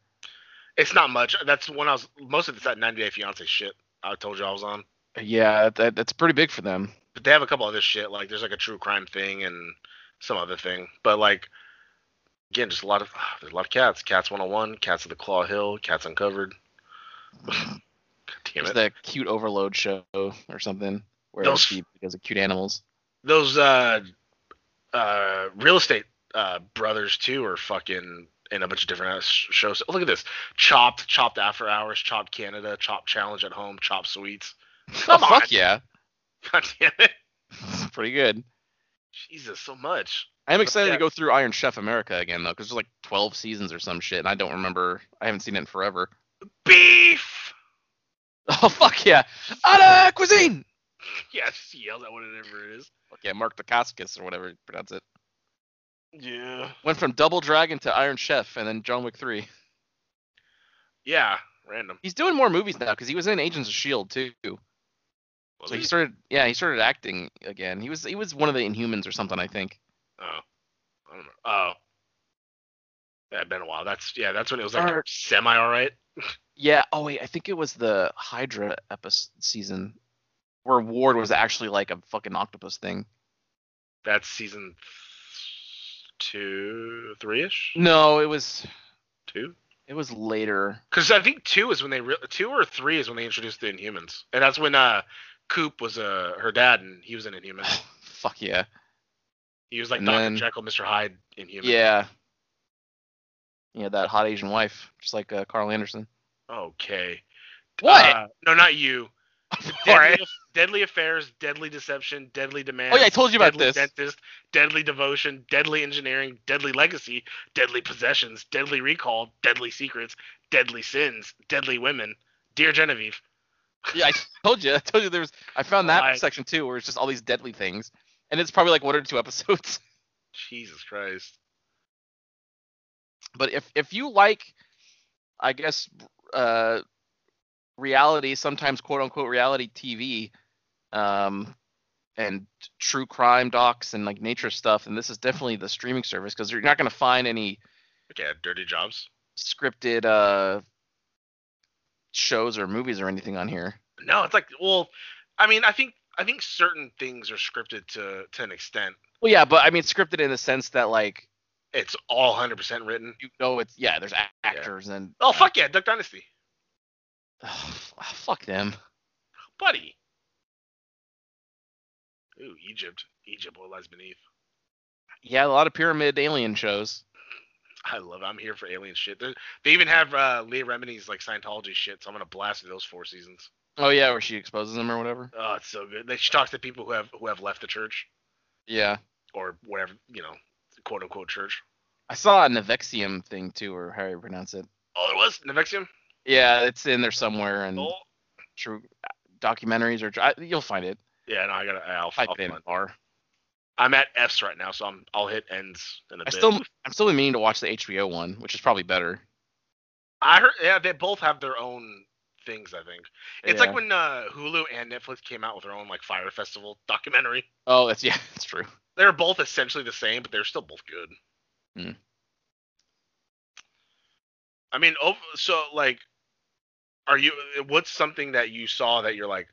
[SPEAKER 3] It's not much. That's when I was most of it's that 90 Day Fiance shit I told you I was on.
[SPEAKER 2] Yeah, that, that's pretty big for them.
[SPEAKER 3] But they have a couple other shit like there's like a true crime thing and some other thing. But like again, just a lot of there's a lot of cats. Cats 101, Cats of the Claw Hill, Cats Uncovered. God damn
[SPEAKER 2] There's
[SPEAKER 3] it.
[SPEAKER 2] the cute overload show or something where
[SPEAKER 3] Those-
[SPEAKER 2] she does cute animals.
[SPEAKER 3] Those uh uh real estate uh brothers too are fucking in a bunch of different ass shows. Look at this. Chopped, Chopped After Hours, Chopped Canada, Chopped Challenge at Home, Chopped Sweets. Come
[SPEAKER 2] oh,
[SPEAKER 3] on.
[SPEAKER 2] fuck yeah,
[SPEAKER 3] God damn it.
[SPEAKER 2] pretty good.
[SPEAKER 3] Jesus, so much.
[SPEAKER 2] I'm excited
[SPEAKER 3] Yeah.
[SPEAKER 2] to go through Iron Chef America again though, because there's like 12 seasons or some shit, and I don't remember. I haven't seen it in forever.
[SPEAKER 3] Beef.
[SPEAKER 2] Oh fuck yeah, Ada cuisine.
[SPEAKER 3] Yeah, just yell at whatever it is.
[SPEAKER 2] Fuck yeah, Mark Dacascos or whatever you pronounce it.
[SPEAKER 3] Yeah.
[SPEAKER 2] Went from Double Dragon to Iron Chef, and then John Wick three.
[SPEAKER 3] Yeah. Random.
[SPEAKER 2] He's doing more movies now because he was in Agents of Shield E too. So he started, yeah, he started acting again. He was he was one of the Inhumans or something, I think.
[SPEAKER 3] Oh. I don't know. Oh. Yeah, it's been a while. That's yeah. That's when it was like
[SPEAKER 2] Or-
[SPEAKER 3] semi all right.
[SPEAKER 2] Yeah. Oh wait, I think it was the Hydra episode season where Ward was actually like a fucking octopus thing.
[SPEAKER 3] That's season two, three ish.
[SPEAKER 2] No, it was
[SPEAKER 3] Two.
[SPEAKER 2] it was later.
[SPEAKER 3] Because I think two is when they re- two or three is when they introduced the Inhumans, and that's when uh Coop was uh her dad, and he was an Inhuman.
[SPEAKER 2] Fuck yeah.
[SPEAKER 3] He was like
[SPEAKER 2] And
[SPEAKER 3] Doctor
[SPEAKER 2] then-
[SPEAKER 3] Jekyll, Mister Hyde, Inhuman.
[SPEAKER 2] Yeah. Yeah, that hot Asian wife, just like uh, Carl Anderson.
[SPEAKER 3] Okay.
[SPEAKER 2] What?
[SPEAKER 3] Uh, no, not you. Deadly,
[SPEAKER 2] All right.
[SPEAKER 3] deadly affairs, deadly deception, deadly demand.
[SPEAKER 2] Oh yeah, I told you about
[SPEAKER 3] deadly
[SPEAKER 2] this.
[SPEAKER 3] dentist, deadly devotion, deadly engineering, deadly legacy, deadly possessions, deadly recall, deadly secrets, deadly sins, deadly women. Dear Genevieve,
[SPEAKER 2] Yeah, I told you. I told you there was. I found that
[SPEAKER 3] Why?
[SPEAKER 2] section too, where it's just all these deadly things, and it's probably like one or two episodes.
[SPEAKER 3] Jesus Christ.
[SPEAKER 2] But if if you like, I guess, uh, reality, sometimes quote unquote reality TV, um, and true crime docs and like nature stuff, then this is definitely the streaming service because you're not gonna find any
[SPEAKER 3] Okay, dirty jobs.
[SPEAKER 2] scripted uh shows or movies or anything on here.
[SPEAKER 3] No, it's like well, I mean, I think I think certain things are scripted to to an extent.
[SPEAKER 2] Well, yeah, but I mean scripted in the sense that like
[SPEAKER 3] It's all 100% written.
[SPEAKER 2] you know it's yeah, there's a- actors and
[SPEAKER 3] Oh fuck yeah, Duck Dynasty,
[SPEAKER 2] Ugh, fuck them.
[SPEAKER 3] buddy. Ooh, Egypt, Egypt, what lies beneath.
[SPEAKER 2] Yeah, a lot of pyramid alien shows.
[SPEAKER 3] I love. It. I'm here for alien shit. They, they even have uh, Leah Remini's like Scientology shit, so I'm gonna blast through those four seasons.
[SPEAKER 2] Oh yeah, where she exposes them or whatever.
[SPEAKER 3] Oh, it's so good. They, she talks to people who have who have left the church
[SPEAKER 2] Yeah,
[SPEAKER 3] or whatever you know, quote unquote church.
[SPEAKER 2] I saw a Nevexium thing too, or how you pronounce it.
[SPEAKER 3] Oh, there was Nevexium.
[SPEAKER 2] Yeah, it's in there somewhere, and
[SPEAKER 3] Oh,
[SPEAKER 2] true uh, documentaries or I, you'll find it.
[SPEAKER 3] yeah. No, I gotta. I'll,
[SPEAKER 2] Type
[SPEAKER 3] I'll
[SPEAKER 2] it in
[SPEAKER 3] find-
[SPEAKER 2] bar.
[SPEAKER 3] I'm at F's right now, so I'm. I'll hit ends in
[SPEAKER 2] I
[SPEAKER 3] a bit.
[SPEAKER 2] still, I'm still meaning to watch the HBO one, which is probably better.
[SPEAKER 3] I heard. Yeah, they both have their own things. I think it's
[SPEAKER 2] Yeah.
[SPEAKER 3] like when uh, Hulu and Netflix came out with their own like Fire Festival documentary.
[SPEAKER 2] Oh, that's yeah, that's true.
[SPEAKER 3] They're both essentially the same, but they're still both good.
[SPEAKER 2] Hmm.
[SPEAKER 3] I mean, ov- so like, are you? What's something that you saw that you're like,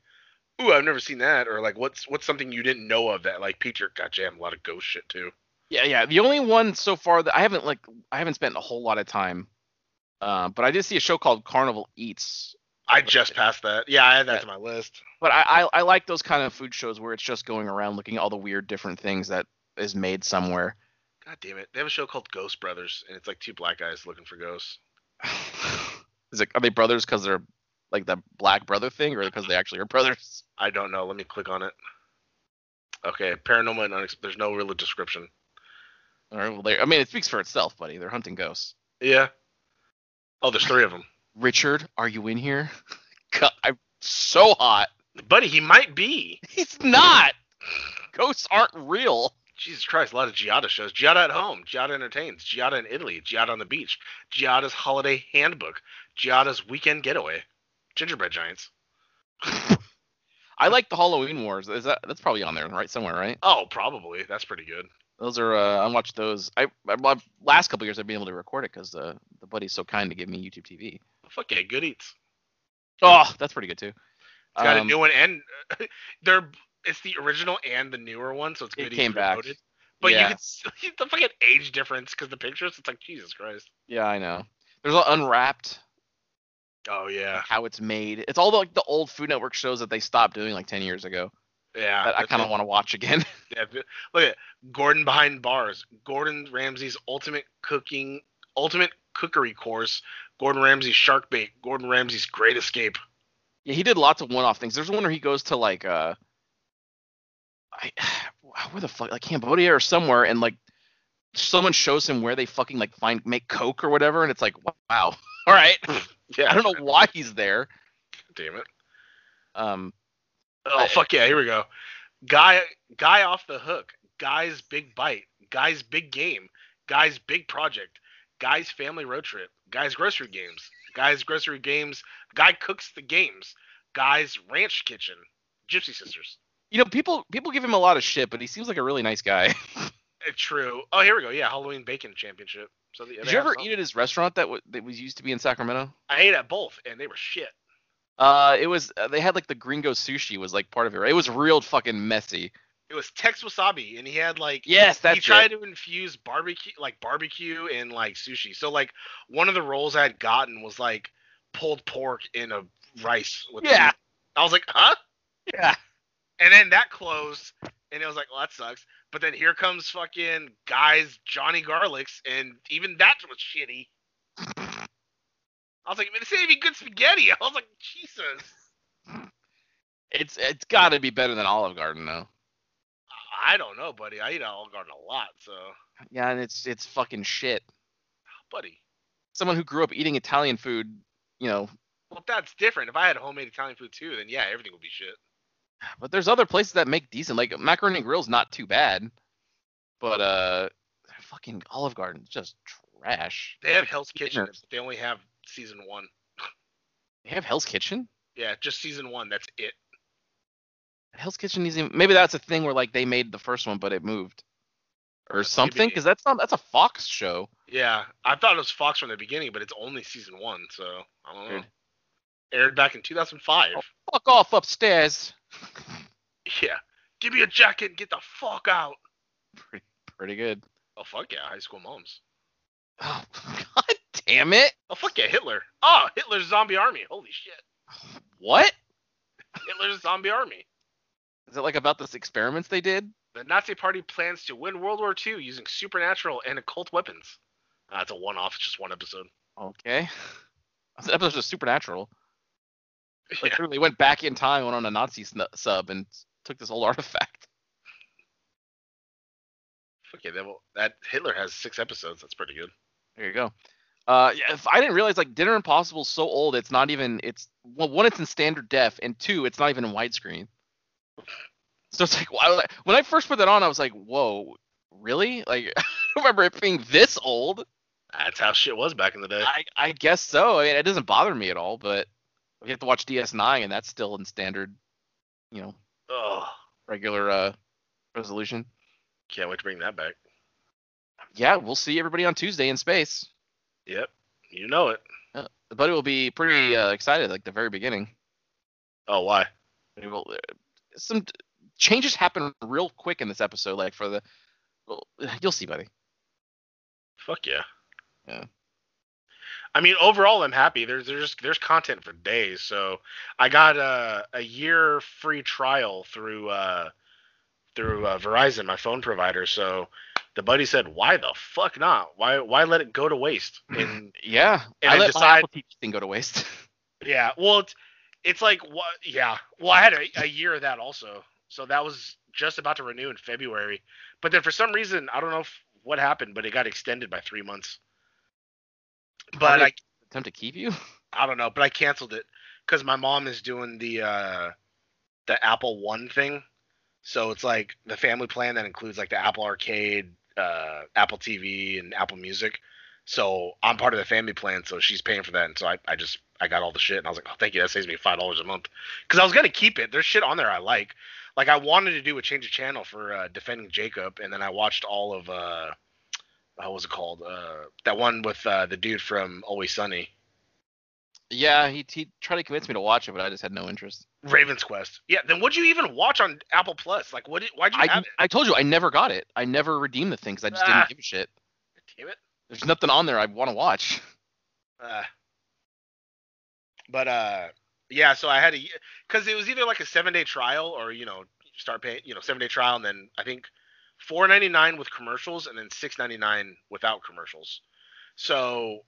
[SPEAKER 3] "Ooh, I've never seen that," or like, what's what's something you didn't know of that like Peter? God damn, a lot of ghost shit too.
[SPEAKER 2] Yeah, yeah. The only one so far that I haven't like, I haven't spent a whole lot of time, uh, but I did see a show called Carnival Eats
[SPEAKER 3] I just passed that. Yeah, I had that
[SPEAKER 2] Yeah.
[SPEAKER 3] to my list.
[SPEAKER 2] But I, I I like those kind of food shows where it's just going around looking at all the weird different things that is made somewhere.
[SPEAKER 3] God damn it! They have a show called Ghost Brothers, and it's like two black guys looking for ghosts.
[SPEAKER 2] is it are they brothers because they're like the black brother thing or because they actually are brothers?
[SPEAKER 3] I don't know. Let me click on it. Okay, paranormal and unex- there's no real description.
[SPEAKER 2] Or well, they I mean it speaks for itself, buddy. They're hunting ghosts.
[SPEAKER 3] Yeah, Oh, there's three of them.
[SPEAKER 2] Richard, are you in here? God, I'm so hot.
[SPEAKER 3] Buddy, he might be.
[SPEAKER 2] He's not. Ghosts aren't real.
[SPEAKER 3] Jesus Christ, a lot of Giada shows. Giada at home, Giada entertains, Giada in Italy, Giada on the beach, Giada's holiday handbook, Giada's weekend getaway, gingerbread giants.
[SPEAKER 2] I like the Halloween Wars. Is that that's probably on there, right? Somewhere, right?
[SPEAKER 3] Oh, probably. That's pretty good.
[SPEAKER 2] Those are uh, I watched those. I, I my last couple years I've been able to record it because the the buddy's so kind to give me YouTube TV.
[SPEAKER 3] Fuck yeah, good eats.
[SPEAKER 2] Oh, that's pretty good too.
[SPEAKER 3] It's got a
[SPEAKER 2] Um,
[SPEAKER 3] new one and they're it's the original and the newer one, so it's good.
[SPEAKER 2] it
[SPEAKER 3] eats
[SPEAKER 2] came back.
[SPEAKER 3] promoted. But
[SPEAKER 2] Yeah.
[SPEAKER 3] you can see the fucking age difference because the pictures. It's like Jesus Christ.
[SPEAKER 2] Yeah, I know. There's a Unwrapped,
[SPEAKER 3] Oh yeah,
[SPEAKER 2] how it's made. It's all the, like the old Food Network shows that they stopped doing like 10 years ago.
[SPEAKER 3] yeah.
[SPEAKER 2] That I
[SPEAKER 3] Ah, that's
[SPEAKER 2] kind
[SPEAKER 3] it.
[SPEAKER 2] of want to watch again.
[SPEAKER 3] Yeah, if it- look at Gordon behind bars. Gordon Ramsay's ultimate cooking, ultimate cookery course. Gordon Ramsay's shark bait. Gordon Ramsay's great escape.
[SPEAKER 2] yeah, he did lots of one-off things. There's one where he goes to like uh, I where the fuck like Cambodia or somewhere, and like someone shows him where they fucking like find make coke or whatever, and it's like wow, all right.
[SPEAKER 3] Yeah,
[SPEAKER 2] I don't know why he's there.
[SPEAKER 3] Damn it.
[SPEAKER 2] Um,
[SPEAKER 3] Oh
[SPEAKER 2] I-
[SPEAKER 3] fuck yeah, here we go. Guy, guy off the hook. Guy's big bite. Guy's big game. Guy's big project. Guy's family road trip. Guy's grocery games. Guy's grocery games. Guy cooks the games. Guy's ranch kitchen. Gypsy Sisters.
[SPEAKER 2] you know, people people give him a lot of shit, but he seems like a really nice guy.
[SPEAKER 3] Eh, True. Oh, here we go. Yeah, Halloween Bacon Championship. So the,
[SPEAKER 2] Did you ever eat at his restaurant that w- that was used to be in Sacramento?
[SPEAKER 3] I ate at both, and they were shit.
[SPEAKER 2] Uh, it was uh, they had like the gringo sushi was like part of it. right? It was real fucking messy.
[SPEAKER 3] It was Tex Wasabi, and he had like
[SPEAKER 2] Yes, that's
[SPEAKER 3] he tried
[SPEAKER 2] it.
[SPEAKER 3] to infuse barbecue, like barbecue, and like sushi. So like one of the rolls I had gotten was like pulled pork in a rice. With
[SPEAKER 2] Yeah.
[SPEAKER 3] I was like, huh?
[SPEAKER 2] Yeah.
[SPEAKER 3] And then that closed, and it was like, well, that sucks. But then here comes fucking guys Johnny Garlics, and even that was shitty. I was like, man, this ain't even good spaghetti. I was like, Jesus.
[SPEAKER 2] It's it's got to be better than Olive Garden though.
[SPEAKER 3] I don't know, buddy. I eat at Olive Garden a lot, so
[SPEAKER 2] Yeah, and it's it's fucking shit.
[SPEAKER 3] buddy.
[SPEAKER 2] Someone who grew up eating Italian food, you know,
[SPEAKER 3] Well, that's different. If I had homemade Italian food too, then yeah, everything would be shit.
[SPEAKER 2] but there's other places that make decent. Like Macaroni and Grill's not too bad, but uh, fucking Olive Garden's just trash.
[SPEAKER 3] They have Hell's Kitchen.
[SPEAKER 2] Dinner.
[SPEAKER 3] They only have season one.
[SPEAKER 2] They have Hell's Kitchen.
[SPEAKER 3] Yeah, just season one. That's it.
[SPEAKER 2] Hell's Kitchen is even maybe that's a thing where like they made the first one but it moved or
[SPEAKER 3] Uh,
[SPEAKER 2] something
[SPEAKER 3] maybe.
[SPEAKER 2] because that's not that's a Fox show.
[SPEAKER 3] Yeah, I thought it was Fox from the beginning, but it's only season one. So I don't know.
[SPEAKER 2] Weird.
[SPEAKER 3] Aired back in 2005.
[SPEAKER 2] Oh. Fuck off upstairs.
[SPEAKER 3] Yeah. Give me a jacket and get the fuck out.
[SPEAKER 2] pretty pretty good.
[SPEAKER 3] Oh fuck yeah, High School Moms.
[SPEAKER 2] Oh god damn it!
[SPEAKER 3] Oh fuck yeah, Hitler. Oh, Hitler's zombie army. Holy shit.
[SPEAKER 2] What
[SPEAKER 3] Hitler's zombie army.
[SPEAKER 2] is it like about this experiments they did?
[SPEAKER 3] The Nazi Party plans to win World War II using supernatural and occult weapons. Uh, it's a one-off. It's just one episode.
[SPEAKER 2] Okay, that episode was Supernatural. Like
[SPEAKER 3] Yeah.
[SPEAKER 2] literally went back in time, went on a Nazi snu- sub and took this old artifact.
[SPEAKER 3] Fuck yeah, that, will, that Hitler has six episodes. That's pretty good.
[SPEAKER 2] There you go. Uh, yeah, if I didn't realize like Dinner Impossible's so old, it's not even it's well, one, it's in standard def, and two, it's not even in widescreen. So it's like wow, like, when I first put that on, I was like, whoa, really? Like I don't remember it being this old.
[SPEAKER 3] That's how shit was back in the day.
[SPEAKER 2] I, I guess so. I mean, it doesn't bother me at all, but we have to watch DS9, and that's still in standard, you know,
[SPEAKER 3] Oh,
[SPEAKER 2] regular uh resolution.
[SPEAKER 3] can't wait to bring that back.
[SPEAKER 2] Yeah, we'll see everybody on Tuesday in space.
[SPEAKER 3] Yep, you know it.
[SPEAKER 2] But it will be pretty uh, excited, like the very beginning.
[SPEAKER 3] Oh, why?
[SPEAKER 2] We will- uh, some t- changes happen real quick in this episode. Like for the, well, you'll see, buddy.
[SPEAKER 3] Fuck yeah.
[SPEAKER 2] Yeah.
[SPEAKER 3] I mean, overall, I'm happy. There's there's there's content for days. So I got uh, a a year free trial through uh through uh, Verizon, my phone provider. So the buddy said, "Why the fuck not? Why why let it go to waste?" And
[SPEAKER 2] Yeah,
[SPEAKER 3] And
[SPEAKER 2] I
[SPEAKER 3] I
[SPEAKER 2] let my
[SPEAKER 3] decide-
[SPEAKER 2] Apple TV thing go to waste.
[SPEAKER 3] Yeah, well, it's, it's like what? Yeah, well, I had a, a year of that also, so that was just about to renew in February, but then for some reason, I don't know if, what happened, but it got extended by three months. But
[SPEAKER 2] Probably
[SPEAKER 3] I,
[SPEAKER 2] attempt to keep you?
[SPEAKER 3] I don't know, but I canceled it because my mom is doing the uh, the Apple One thing. So it's like the family plan that includes like the Apple Arcade, uh, Apple TV, and Apple Music. So I'm part of the family plan, so she's paying for that. And so I, I just I got all the shit, and I was like, oh, thank you, that saves me five dollars a month. Because I was gonna keep it. There's shit on there I like. Like I wanted to do a change of channel for uh, defending Jacob, and then I watched all of uh, what was it called? Uh, that one with uh, the dude from Always Sunny.
[SPEAKER 2] Yeah, he, he tried to convince me to watch it, but I just had no interest.
[SPEAKER 3] Raven's Quest. Yeah, then what'd you even watch on Apple Plus? Like, what? Did, why'd you
[SPEAKER 2] I,
[SPEAKER 3] have it?
[SPEAKER 2] I told you I never got it. I never redeemed the thing because I just
[SPEAKER 3] Ah.
[SPEAKER 2] didn't give a shit.
[SPEAKER 3] Damn it.
[SPEAKER 2] There's nothing on there I want to watch.
[SPEAKER 3] Uh, but uh, yeah. So I had a because it was either like a seven day trial or you know start paying you know seven day trial and then I think four ninety nine with commercials and then six ninety nine without commercials. So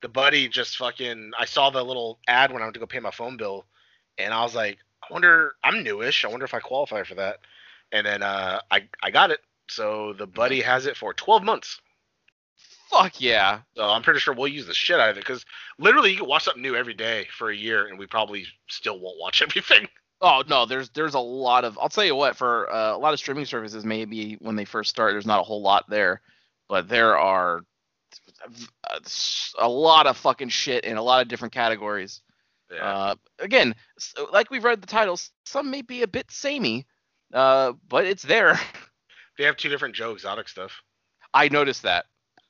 [SPEAKER 3] the buddy just fucking I saw the little ad when I went to go pay my phone bill and I was like, I wonder I'm newish. I wonder if I qualify for that. And then uh, I I got it. So the buddy has it for twelve months.
[SPEAKER 2] Fuck yeah.
[SPEAKER 3] So I'm pretty sure we'll use the shit out of it because literally you can watch something new every day for a year, and we probably still won't watch everything.
[SPEAKER 2] Oh no, there's there's a lot of I'll tell you what for uh, a lot of streaming services maybe when they first start there's not a whole lot there, but there are uh, a lot of fucking shit in a lot of different categories. Uh, again, s- like we've read the titles, some may be a bit samey, uh, but it's there.
[SPEAKER 3] they have two different Joe Exotic stuff.
[SPEAKER 2] I noticed that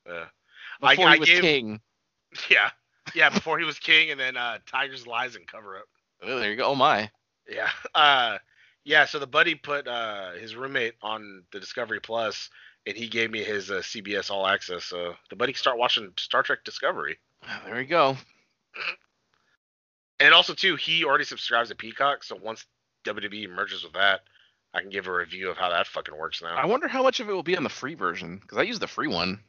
[SPEAKER 3] Yeah, I-
[SPEAKER 2] before
[SPEAKER 3] I
[SPEAKER 2] he was
[SPEAKER 3] gave-
[SPEAKER 2] king.
[SPEAKER 3] yeah, yeah. Before he was king, and then uh, Tigers Lies and Cover Up.
[SPEAKER 2] Oh, there you go. Oh my.
[SPEAKER 3] Yeah. Uh, yeah. So the buddy put uh, his roommate on the Discovery Plus, and he gave me his uh, CBS All Access. So the buddy can start watching Star Trek Discovery.
[SPEAKER 2] There you go.
[SPEAKER 3] And also too, he already subscribes to Peacock. So once WWE merges with that, I can give a review of how that fucking works now.
[SPEAKER 2] I wonder how much of it will be on the free version because I use the free one.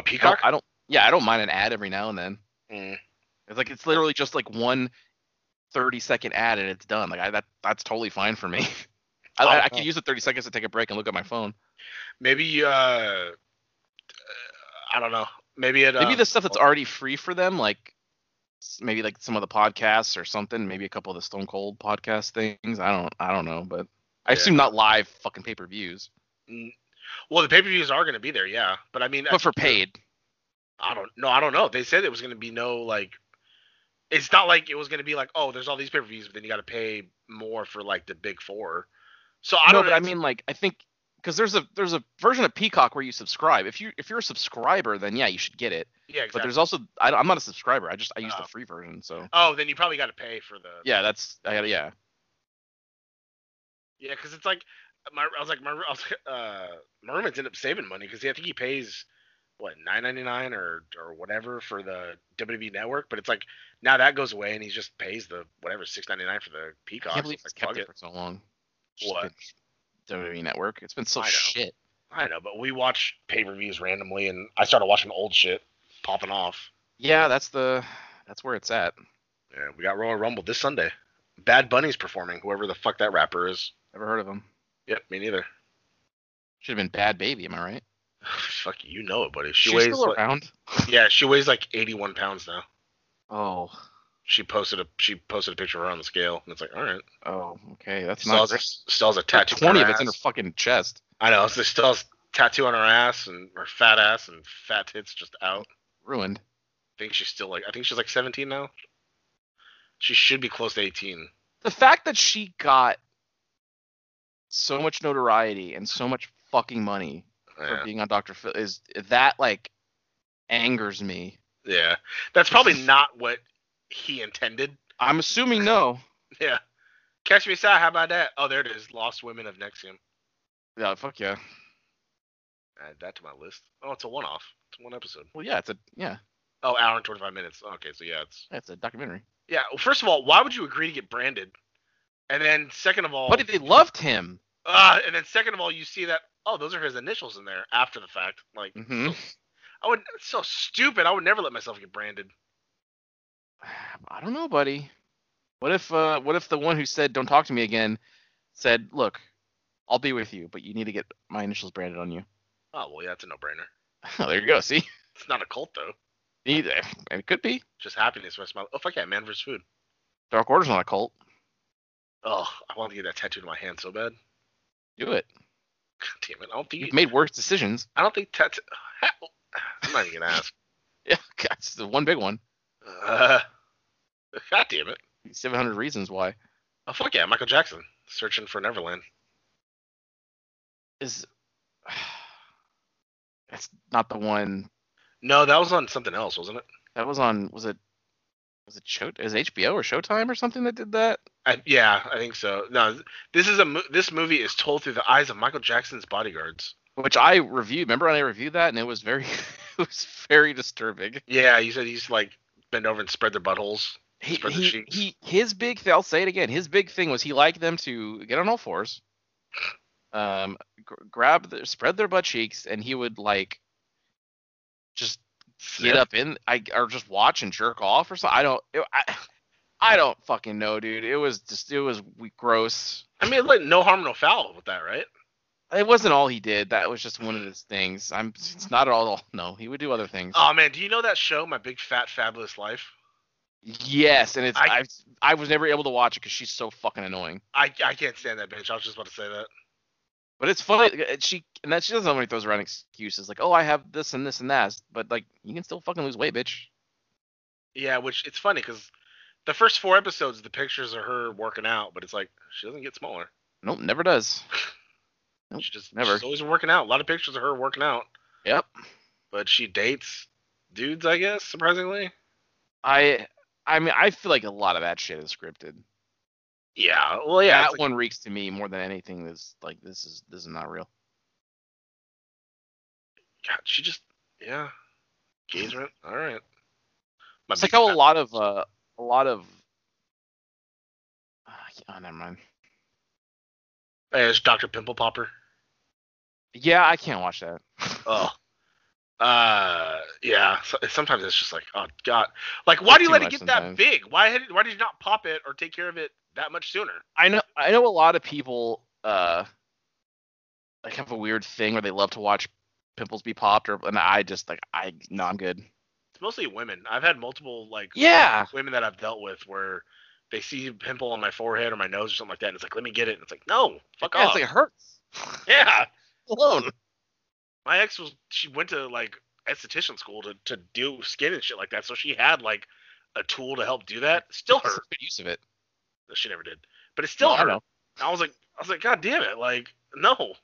[SPEAKER 2] I don't,
[SPEAKER 3] Peacock?
[SPEAKER 2] I don't. Yeah, I don't mind an ad every now and then.
[SPEAKER 3] Mm.
[SPEAKER 2] It's like it's literally just like one 30 second ad and it's done. Like I, that that's totally fine for me. I, I,
[SPEAKER 3] Oh.
[SPEAKER 2] I could use the 30 seconds to take a break and look at my phone.
[SPEAKER 3] Maybe uh, uh, I don't know. Maybe it.
[SPEAKER 2] Maybe
[SPEAKER 3] uh,
[SPEAKER 2] the stuff that's already free for them, like s- maybe like some of the podcasts or something. Maybe a couple of the Stone Cold podcast things. I don't I don't know, but I
[SPEAKER 3] Yeah.
[SPEAKER 2] assume not live fucking pay per views,
[SPEAKER 3] mm, Well, the pay per views are going to be there, yeah. But I mean,
[SPEAKER 2] but for paid.
[SPEAKER 3] I don't. No, I don't know. They said it was going to be no like. It's not like it was going to be like, oh, there's all these pay per views, but then you got to pay more for like the big four. So I
[SPEAKER 2] no,
[SPEAKER 3] don't.
[SPEAKER 2] but I mean like I think because there's a there's a version of Peacock where you subscribe. If you if you're a subscriber, then yeah, you should get it.
[SPEAKER 3] yeah,
[SPEAKER 2] But
[SPEAKER 3] exactly.
[SPEAKER 2] there's also I, I'm not a subscriber. I just I use
[SPEAKER 3] Oh.
[SPEAKER 2] the free version. So
[SPEAKER 3] Oh, then you probably got to pay for the.
[SPEAKER 2] yeah, that's I gotta yeah.
[SPEAKER 3] Yeah, because it's like my I was like my I was, uh my roommate's ended up saving money because I think he pays what nine ninety nine or or whatever for the WWE network, but it's like now that goes away and he just pays the whatever six ninety nine for the Peacock.
[SPEAKER 2] I can't believe
[SPEAKER 3] It's
[SPEAKER 2] it's
[SPEAKER 3] like,
[SPEAKER 2] kept
[SPEAKER 3] fuck
[SPEAKER 2] it for so long. Just
[SPEAKER 3] What?
[SPEAKER 2] the WWE E Network. It's been so
[SPEAKER 3] I know.
[SPEAKER 2] shit.
[SPEAKER 3] I know, but we watch pay per views randomly, and I started watching old shit popping off.
[SPEAKER 2] Yeah, that's the that's where it's at.
[SPEAKER 3] Yeah, we got Royal Rumble this Sunday. Bad Bunny's performing, whoever the fuck that rapper is.
[SPEAKER 2] Never heard of him.
[SPEAKER 3] Yep, me neither.
[SPEAKER 2] Should have been Bad Baby. Am I right?
[SPEAKER 3] fuck, you know it, buddy. She
[SPEAKER 2] She's
[SPEAKER 3] weighs
[SPEAKER 2] still
[SPEAKER 3] like,
[SPEAKER 2] around.
[SPEAKER 3] yeah, she weighs like eighty one pounds now.
[SPEAKER 2] Oh,
[SPEAKER 3] she posted a she posted a picture of her on the scale, and it's like, all right,
[SPEAKER 2] oh, okay. That's
[SPEAKER 3] still
[SPEAKER 2] not
[SPEAKER 3] has, a,
[SPEAKER 2] great.
[SPEAKER 3] still has a
[SPEAKER 2] Like
[SPEAKER 3] tattoo. on
[SPEAKER 2] Twenty
[SPEAKER 3] her
[SPEAKER 2] of it's in her
[SPEAKER 3] ass.
[SPEAKER 2] fucking chest.
[SPEAKER 3] I know, so she still has tattoo on her ass and her fat ass and fat tits just out.
[SPEAKER 2] Ruined.
[SPEAKER 3] I think she's still like, I think she's like 17 now. She should be close to 18.
[SPEAKER 2] The fact that she got so much notoriety and so much fucking money for
[SPEAKER 3] Yeah,
[SPEAKER 2] being on Dr. Phil is that like angers me.
[SPEAKER 3] yeah. that's probably not what he intended.
[SPEAKER 2] I'm assuming no.
[SPEAKER 3] Yeah, catch me outside. How about that? Oh, there it is. Lost Women of Nexium.
[SPEAKER 2] Yeah, fuck yeah.
[SPEAKER 3] Add that to my list. Oh, it's a one-off. It's one episode.
[SPEAKER 2] Well, yeah, it's a yeah,
[SPEAKER 3] Oh, hour and 25 minutes. Okay, so yeah, it's
[SPEAKER 2] it's a documentary.
[SPEAKER 3] Yeah. Well, first of all, why would you agree to get branded? And then second of all,
[SPEAKER 2] But they loved him.
[SPEAKER 3] uh, and then second of all, you see that oh, those are his initials in there after the fact. Like
[SPEAKER 2] hmm
[SPEAKER 3] I would, it's so stupid. I would never let myself get branded.
[SPEAKER 2] I don't know, buddy. What if uh, what if the one who said "Don't talk to me again" said, "Look, I'll be with you, but you need to get my initials branded on you."
[SPEAKER 3] Oh well, yeah, that's a no-brainer.
[SPEAKER 2] there you go. See,
[SPEAKER 3] It's not a cult though.
[SPEAKER 2] Either. It could be.
[SPEAKER 3] Just happiness. What's my oh fuck yeah, man versus food.
[SPEAKER 2] Dark Order's not a cult.
[SPEAKER 3] Oh, I want to get that tattooed on my hand so bad.
[SPEAKER 2] Do it.
[SPEAKER 3] God damn it! I don't think
[SPEAKER 2] You've made worse decisions.
[SPEAKER 3] I don't think tattoo. I'm not even gonna ask.
[SPEAKER 2] Yeah, that's the one big one.
[SPEAKER 3] Uh, God damn it!
[SPEAKER 2] 700 reasons why.
[SPEAKER 3] Oh fuck yeah, Michael Jackson searching for Neverland.
[SPEAKER 2] Is That's not the one.
[SPEAKER 3] No, that was on something else, wasn't it?
[SPEAKER 2] That was on was it was it show is it HBO or Showtime or something that did that?
[SPEAKER 3] I, yeah, I think so. No, this is a mo- this movie is told through the eyes of Michael Jackson's bodyguards.
[SPEAKER 2] Which I reviewed. Remember when I reviewed that and it was very it was very disturbing.
[SPEAKER 3] Yeah, he said he's like bend over and spread their buttholes.
[SPEAKER 2] He,
[SPEAKER 3] Spread the
[SPEAKER 2] he,
[SPEAKER 3] sheets.
[SPEAKER 2] he his big thing, I'll say it again. His big thing was he liked them to get on all fours, um, gr- grab their, spread their butt cheeks, and he would like just get
[SPEAKER 3] Yeah.
[SPEAKER 2] up in I or just watch and jerk off or something. I don't it, I, I don't fucking know, dude. It was just it was we- gross.
[SPEAKER 3] I mean, like no harm, no foul with that, right?
[SPEAKER 2] It wasn't all he did. That was just one of his things. I'm it's not at all no. He would do other things.
[SPEAKER 3] Oh man, do you know that show, My Big Fat Fabulous Life?
[SPEAKER 2] yes, and it's
[SPEAKER 3] I-
[SPEAKER 2] I I was never able to watch it cuz she's so fucking annoying.
[SPEAKER 3] I I can't stand that bitch. I was just about to say that.
[SPEAKER 2] But it's funny. uh, She and that she doesn't know when he throws around excuses like, "Oh, I have this and this and that," but like, you can still fucking lose weight, bitch.
[SPEAKER 3] Yeah, which it's funny because the first four episodes, the pictures of her working out, but it's like she doesn't get smaller.
[SPEAKER 2] Nope, never does. Nope,
[SPEAKER 3] She just
[SPEAKER 2] never.
[SPEAKER 3] She's always working out. A lot of pictures of her working out,
[SPEAKER 2] Yep.
[SPEAKER 3] but she dates dudes, I guess. Surprisingly.
[SPEAKER 2] I I mean, I feel like a lot of that shit is scripted.
[SPEAKER 3] Yeah. Well, yeah.
[SPEAKER 2] that
[SPEAKER 3] it's like-
[SPEAKER 2] one reeks to me more than anything. That's like, this is this is not real.
[SPEAKER 3] God, she just yeah. Engagement. All right. My
[SPEAKER 2] It's like
[SPEAKER 3] big
[SPEAKER 2] how a
[SPEAKER 3] fat-
[SPEAKER 2] lot of uh, a lot of. Ah, Oh, never mind.
[SPEAKER 3] Hey, uh, it's Doctor Pimple Popper.
[SPEAKER 2] Yeah, I can't watch that.
[SPEAKER 3] Oh. Uh yeah, so, sometimes it's just like oh god, like why do you
[SPEAKER 2] Too
[SPEAKER 3] let it
[SPEAKER 2] much
[SPEAKER 3] get that
[SPEAKER 2] sometimes.
[SPEAKER 3] big? Why had it, why did you not pop it or take care of it that much sooner?
[SPEAKER 2] I know I know a lot of people uh like have a weird thing where they love to watch pimples be popped or and I just like I no I'm good.
[SPEAKER 3] It's mostly women. I've had multiple like
[SPEAKER 2] Yeah.
[SPEAKER 3] women that I've dealt with where they see a pimple on my forehead or my nose or something like that, and it's like let me get it, and it's like no, fuck
[SPEAKER 2] Yeah,
[SPEAKER 3] off.
[SPEAKER 2] it's like it hurts.
[SPEAKER 3] yeah,
[SPEAKER 2] Alone.
[SPEAKER 3] my ex was she went to like esthetician school to to do skin and shit like that, so she had like a tool to help do that. Still
[SPEAKER 2] That's a
[SPEAKER 3] hurt.
[SPEAKER 2] good use of it.
[SPEAKER 3] She never did, but it still
[SPEAKER 2] No, I
[SPEAKER 3] hurt.
[SPEAKER 2] know.
[SPEAKER 3] I was like, I was like, God damn it, like no.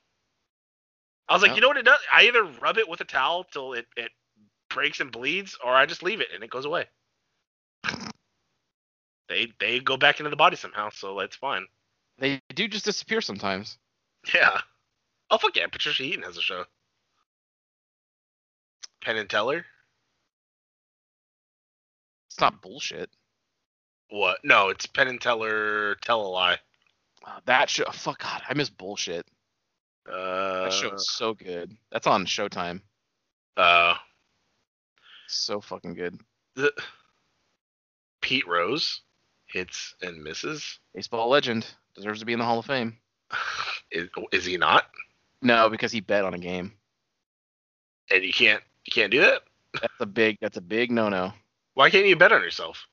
[SPEAKER 3] I was like,
[SPEAKER 2] Yeah.
[SPEAKER 3] you know what it does? I either rub it with a towel till it it breaks and bleeds, or I just leave it and it goes away. they they go back into the body somehow, so that's fine.
[SPEAKER 2] They do just disappear sometimes.
[SPEAKER 3] Yeah. Oh fuck yeah, Patricia Heaton has a show. Penn and Teller.
[SPEAKER 2] It's not bullshit.
[SPEAKER 3] What? No, it's Penn and Teller Tell a Lie.
[SPEAKER 2] Uh, that show, fuck God, I miss bullshit.
[SPEAKER 3] Uh,
[SPEAKER 2] That show is so good. That's on Showtime.
[SPEAKER 3] Uh,
[SPEAKER 2] So fucking good.
[SPEAKER 3] the, Pete Rose hits and misses.
[SPEAKER 2] Baseball legend deserves to be in the Hall of Fame.
[SPEAKER 3] Is, is he not?
[SPEAKER 2] No, because he bet on a game.
[SPEAKER 3] And you can't you can't do that.
[SPEAKER 2] That's a big. That's a big no-no.
[SPEAKER 3] Why can't you bet on yourself?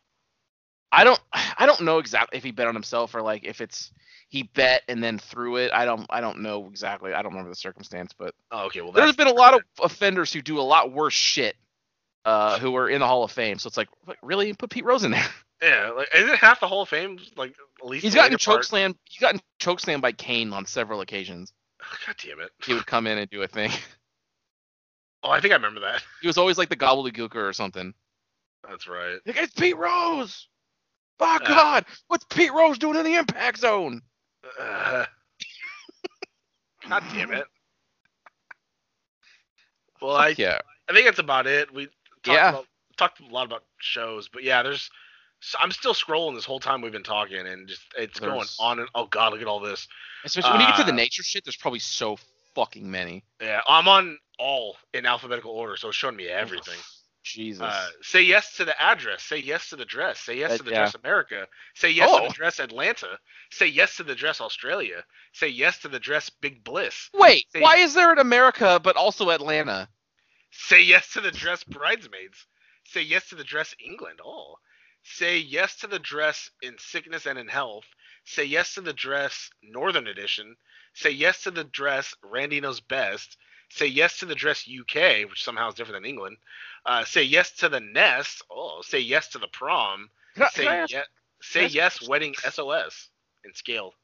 [SPEAKER 2] I don't I don't know exactly if he bet on himself or like if it's he bet and then threw it. I don't I don't know exactly. I don't remember the circumstance, but
[SPEAKER 3] Oh, okay. Well,
[SPEAKER 2] there's
[SPEAKER 3] that's
[SPEAKER 2] been a lot of offenders who do a lot worse shit uh, who are in the Hall of Fame. So it's like what, really put Pete Rose in there.
[SPEAKER 3] yeah. Like, isn't half the Hall of Fame like at least
[SPEAKER 2] He's
[SPEAKER 3] the
[SPEAKER 2] gotten
[SPEAKER 3] later part-
[SPEAKER 2] chokeslammed. He's gotten chokeslammed by Kane on several occasions.
[SPEAKER 3] God damn it!
[SPEAKER 2] He would come in and do a thing.
[SPEAKER 3] Oh, I think I remember that.
[SPEAKER 2] He was always like the gobbledygooker or something.
[SPEAKER 3] That's right.
[SPEAKER 2] Like it's Pete Rose. By
[SPEAKER 3] Yeah.
[SPEAKER 2] God, what's Pete Rose doing in the impact zone?
[SPEAKER 3] Uh, God damn it. Well, I,
[SPEAKER 2] yeah,
[SPEAKER 3] I think that's about it. We talked,
[SPEAKER 2] Yeah.
[SPEAKER 3] about, talked a lot about shows, but yeah, there's. so I'm still scrolling this whole time we've been talking, and just it's going
[SPEAKER 2] There's-
[SPEAKER 3] on and oh god, look at all this.
[SPEAKER 2] especially when you get to the
[SPEAKER 3] Uh,
[SPEAKER 2] nature shit. There's probably so fucking many.
[SPEAKER 3] Yeah, I'm on all in alphabetical order, so it's showing me everything.
[SPEAKER 2] Jesus.
[SPEAKER 3] Uh, say yes to the address. Say yes to the dress. Say yes
[SPEAKER 2] Uh,
[SPEAKER 3] to the
[SPEAKER 2] yeah.
[SPEAKER 3] dress America. Say yes to
[SPEAKER 2] Oh.
[SPEAKER 3] the dress Atlanta. Say yes to the dress Australia. Say yes to the dress Big Bliss.
[SPEAKER 2] Wait,
[SPEAKER 3] say-
[SPEAKER 2] why is there an America but also Atlanta?
[SPEAKER 3] Say yes to the dress Bridesmaids. Say yes to the dress, England. Oh, say yes to the dress in sickness and in health. Say yes to the dress, Northern Edition. Say yes to the dress, Randy knows best. Say yes to the dress, UK, which somehow is different than England. Uh, say yes to the nest. Oh, say yes to the prom.
[SPEAKER 2] Can I- can
[SPEAKER 3] Say
[SPEAKER 2] I ask-
[SPEAKER 3] yes. Say
[SPEAKER 2] ask a
[SPEAKER 3] yes,
[SPEAKER 2] question?
[SPEAKER 3] wedding SOS in scale.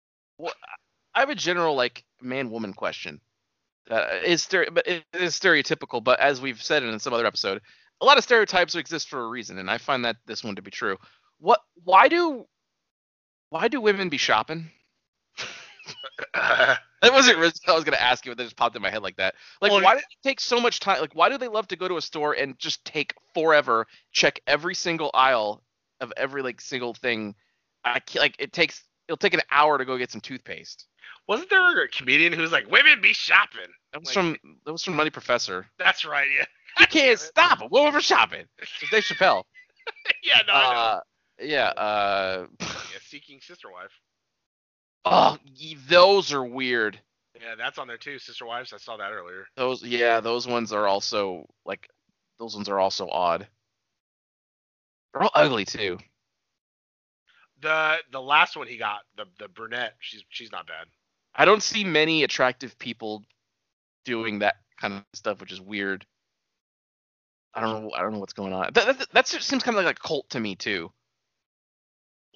[SPEAKER 2] I have a general like man woman question. Uh, is stere- but it is stereotypical, but as we've said in some other episode, a lot of stereotypes exist for a reason, and I find that this one to be true. What? Why do? Why do women be shopping? That wasn't. really- I was gonna ask you, but that just popped in my head like that. Like,
[SPEAKER 3] Well,
[SPEAKER 2] why do they take so much time? Like, why do they love to go to a store and just take forever, check every single aisle of every like single thing? I can't, like it takes. It'll take an hour to go get some toothpaste.
[SPEAKER 3] Wasn't there a comedian who was like, "Women be shopping"?
[SPEAKER 2] That was
[SPEAKER 3] Like-
[SPEAKER 2] from that was from Money Professor.
[SPEAKER 3] That's right. Yeah.
[SPEAKER 2] You can't stop a woman from shopping. It's Dave Chappelle.
[SPEAKER 3] yeah. No. I know.
[SPEAKER 2] Uh, yeah. Uh,
[SPEAKER 3] Yeah, Seeking Sister Wife.
[SPEAKER 2] oh, ye- those are weird.
[SPEAKER 3] Yeah, that's on there too. Sister Wives. I saw that earlier.
[SPEAKER 2] Those yeah, those ones are also like those ones are also odd. They're all ugly too.
[SPEAKER 3] The the last one he got, the the brunette. She's she's not bad.
[SPEAKER 2] I don't see many attractive people doing that kind of stuff, which is weird. I don't know. I don't know what's going on. That, that, that seems kind of like a cult to me too,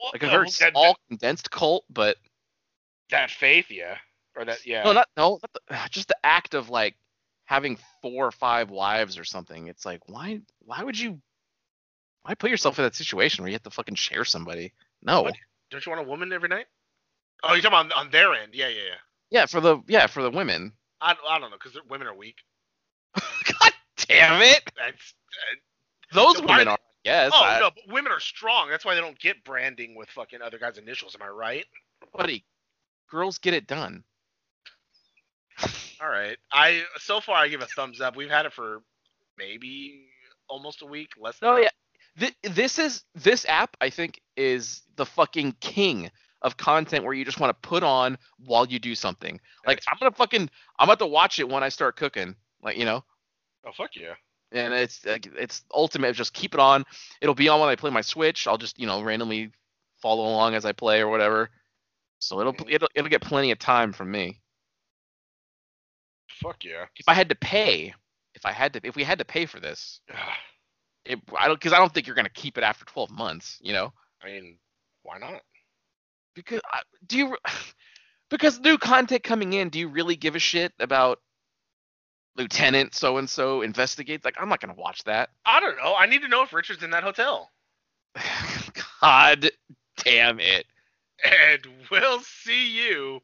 [SPEAKER 3] Well,
[SPEAKER 2] like a very small, condensed cult. But
[SPEAKER 3] that faith, yeah, or that yeah.
[SPEAKER 2] No, not no, not the, just the act of like having four or five wives or something. It's like why why would you why put yourself in that situation where you have to fucking share somebody? No.
[SPEAKER 3] What? Don't you want a woman every night? Oh, you're talking about on, on their end? Yeah, yeah, yeah.
[SPEAKER 2] Yeah, for the yeah, for the women.
[SPEAKER 3] I, I don't know because women are weak.
[SPEAKER 2] God damn it.
[SPEAKER 3] That's uh,
[SPEAKER 2] Those
[SPEAKER 3] So why
[SPEAKER 2] women
[SPEAKER 3] the-
[SPEAKER 2] are yes.
[SPEAKER 3] oh
[SPEAKER 2] I,
[SPEAKER 3] no, but women are strong. That's why they don't get branding with fucking other guys' initials. Am I right?
[SPEAKER 2] buddy. Girls get it done.
[SPEAKER 3] All right. I so far I give a thumbs up. We've had it for maybe almost a week, less. Than
[SPEAKER 2] No,
[SPEAKER 3] that.
[SPEAKER 2] Oh, yeah. Th- this is this app I think is the fucking king of content where you just want to put on while you do something. Like
[SPEAKER 3] That's-
[SPEAKER 2] I'm gonna fucking I'm about to watch it when I start cooking. Like you know,
[SPEAKER 3] Oh fuck yeah.
[SPEAKER 2] and it's like it's ultimate. Just keep it on. It'll be on when I play my Switch. I'll just you know randomly follow along as I play or whatever. So it'll it'll, it'll get plenty of time from me.
[SPEAKER 3] Fuck yeah.
[SPEAKER 2] If I had to pay, if I had to, if we had to pay for this,
[SPEAKER 3] Ugh,
[SPEAKER 2] it, I don't because I don't think you're gonna keep it after 12 months. You know.
[SPEAKER 3] I mean, why not?
[SPEAKER 2] because I- do you re- because new content coming in do you really give a shit about lieutenant so and so investigates like i'm not gonna watch that
[SPEAKER 3] I don't know. I need to know if Richard's in that hotel.
[SPEAKER 2] god damn it
[SPEAKER 3] And we'll see you.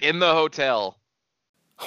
[SPEAKER 2] in the hotel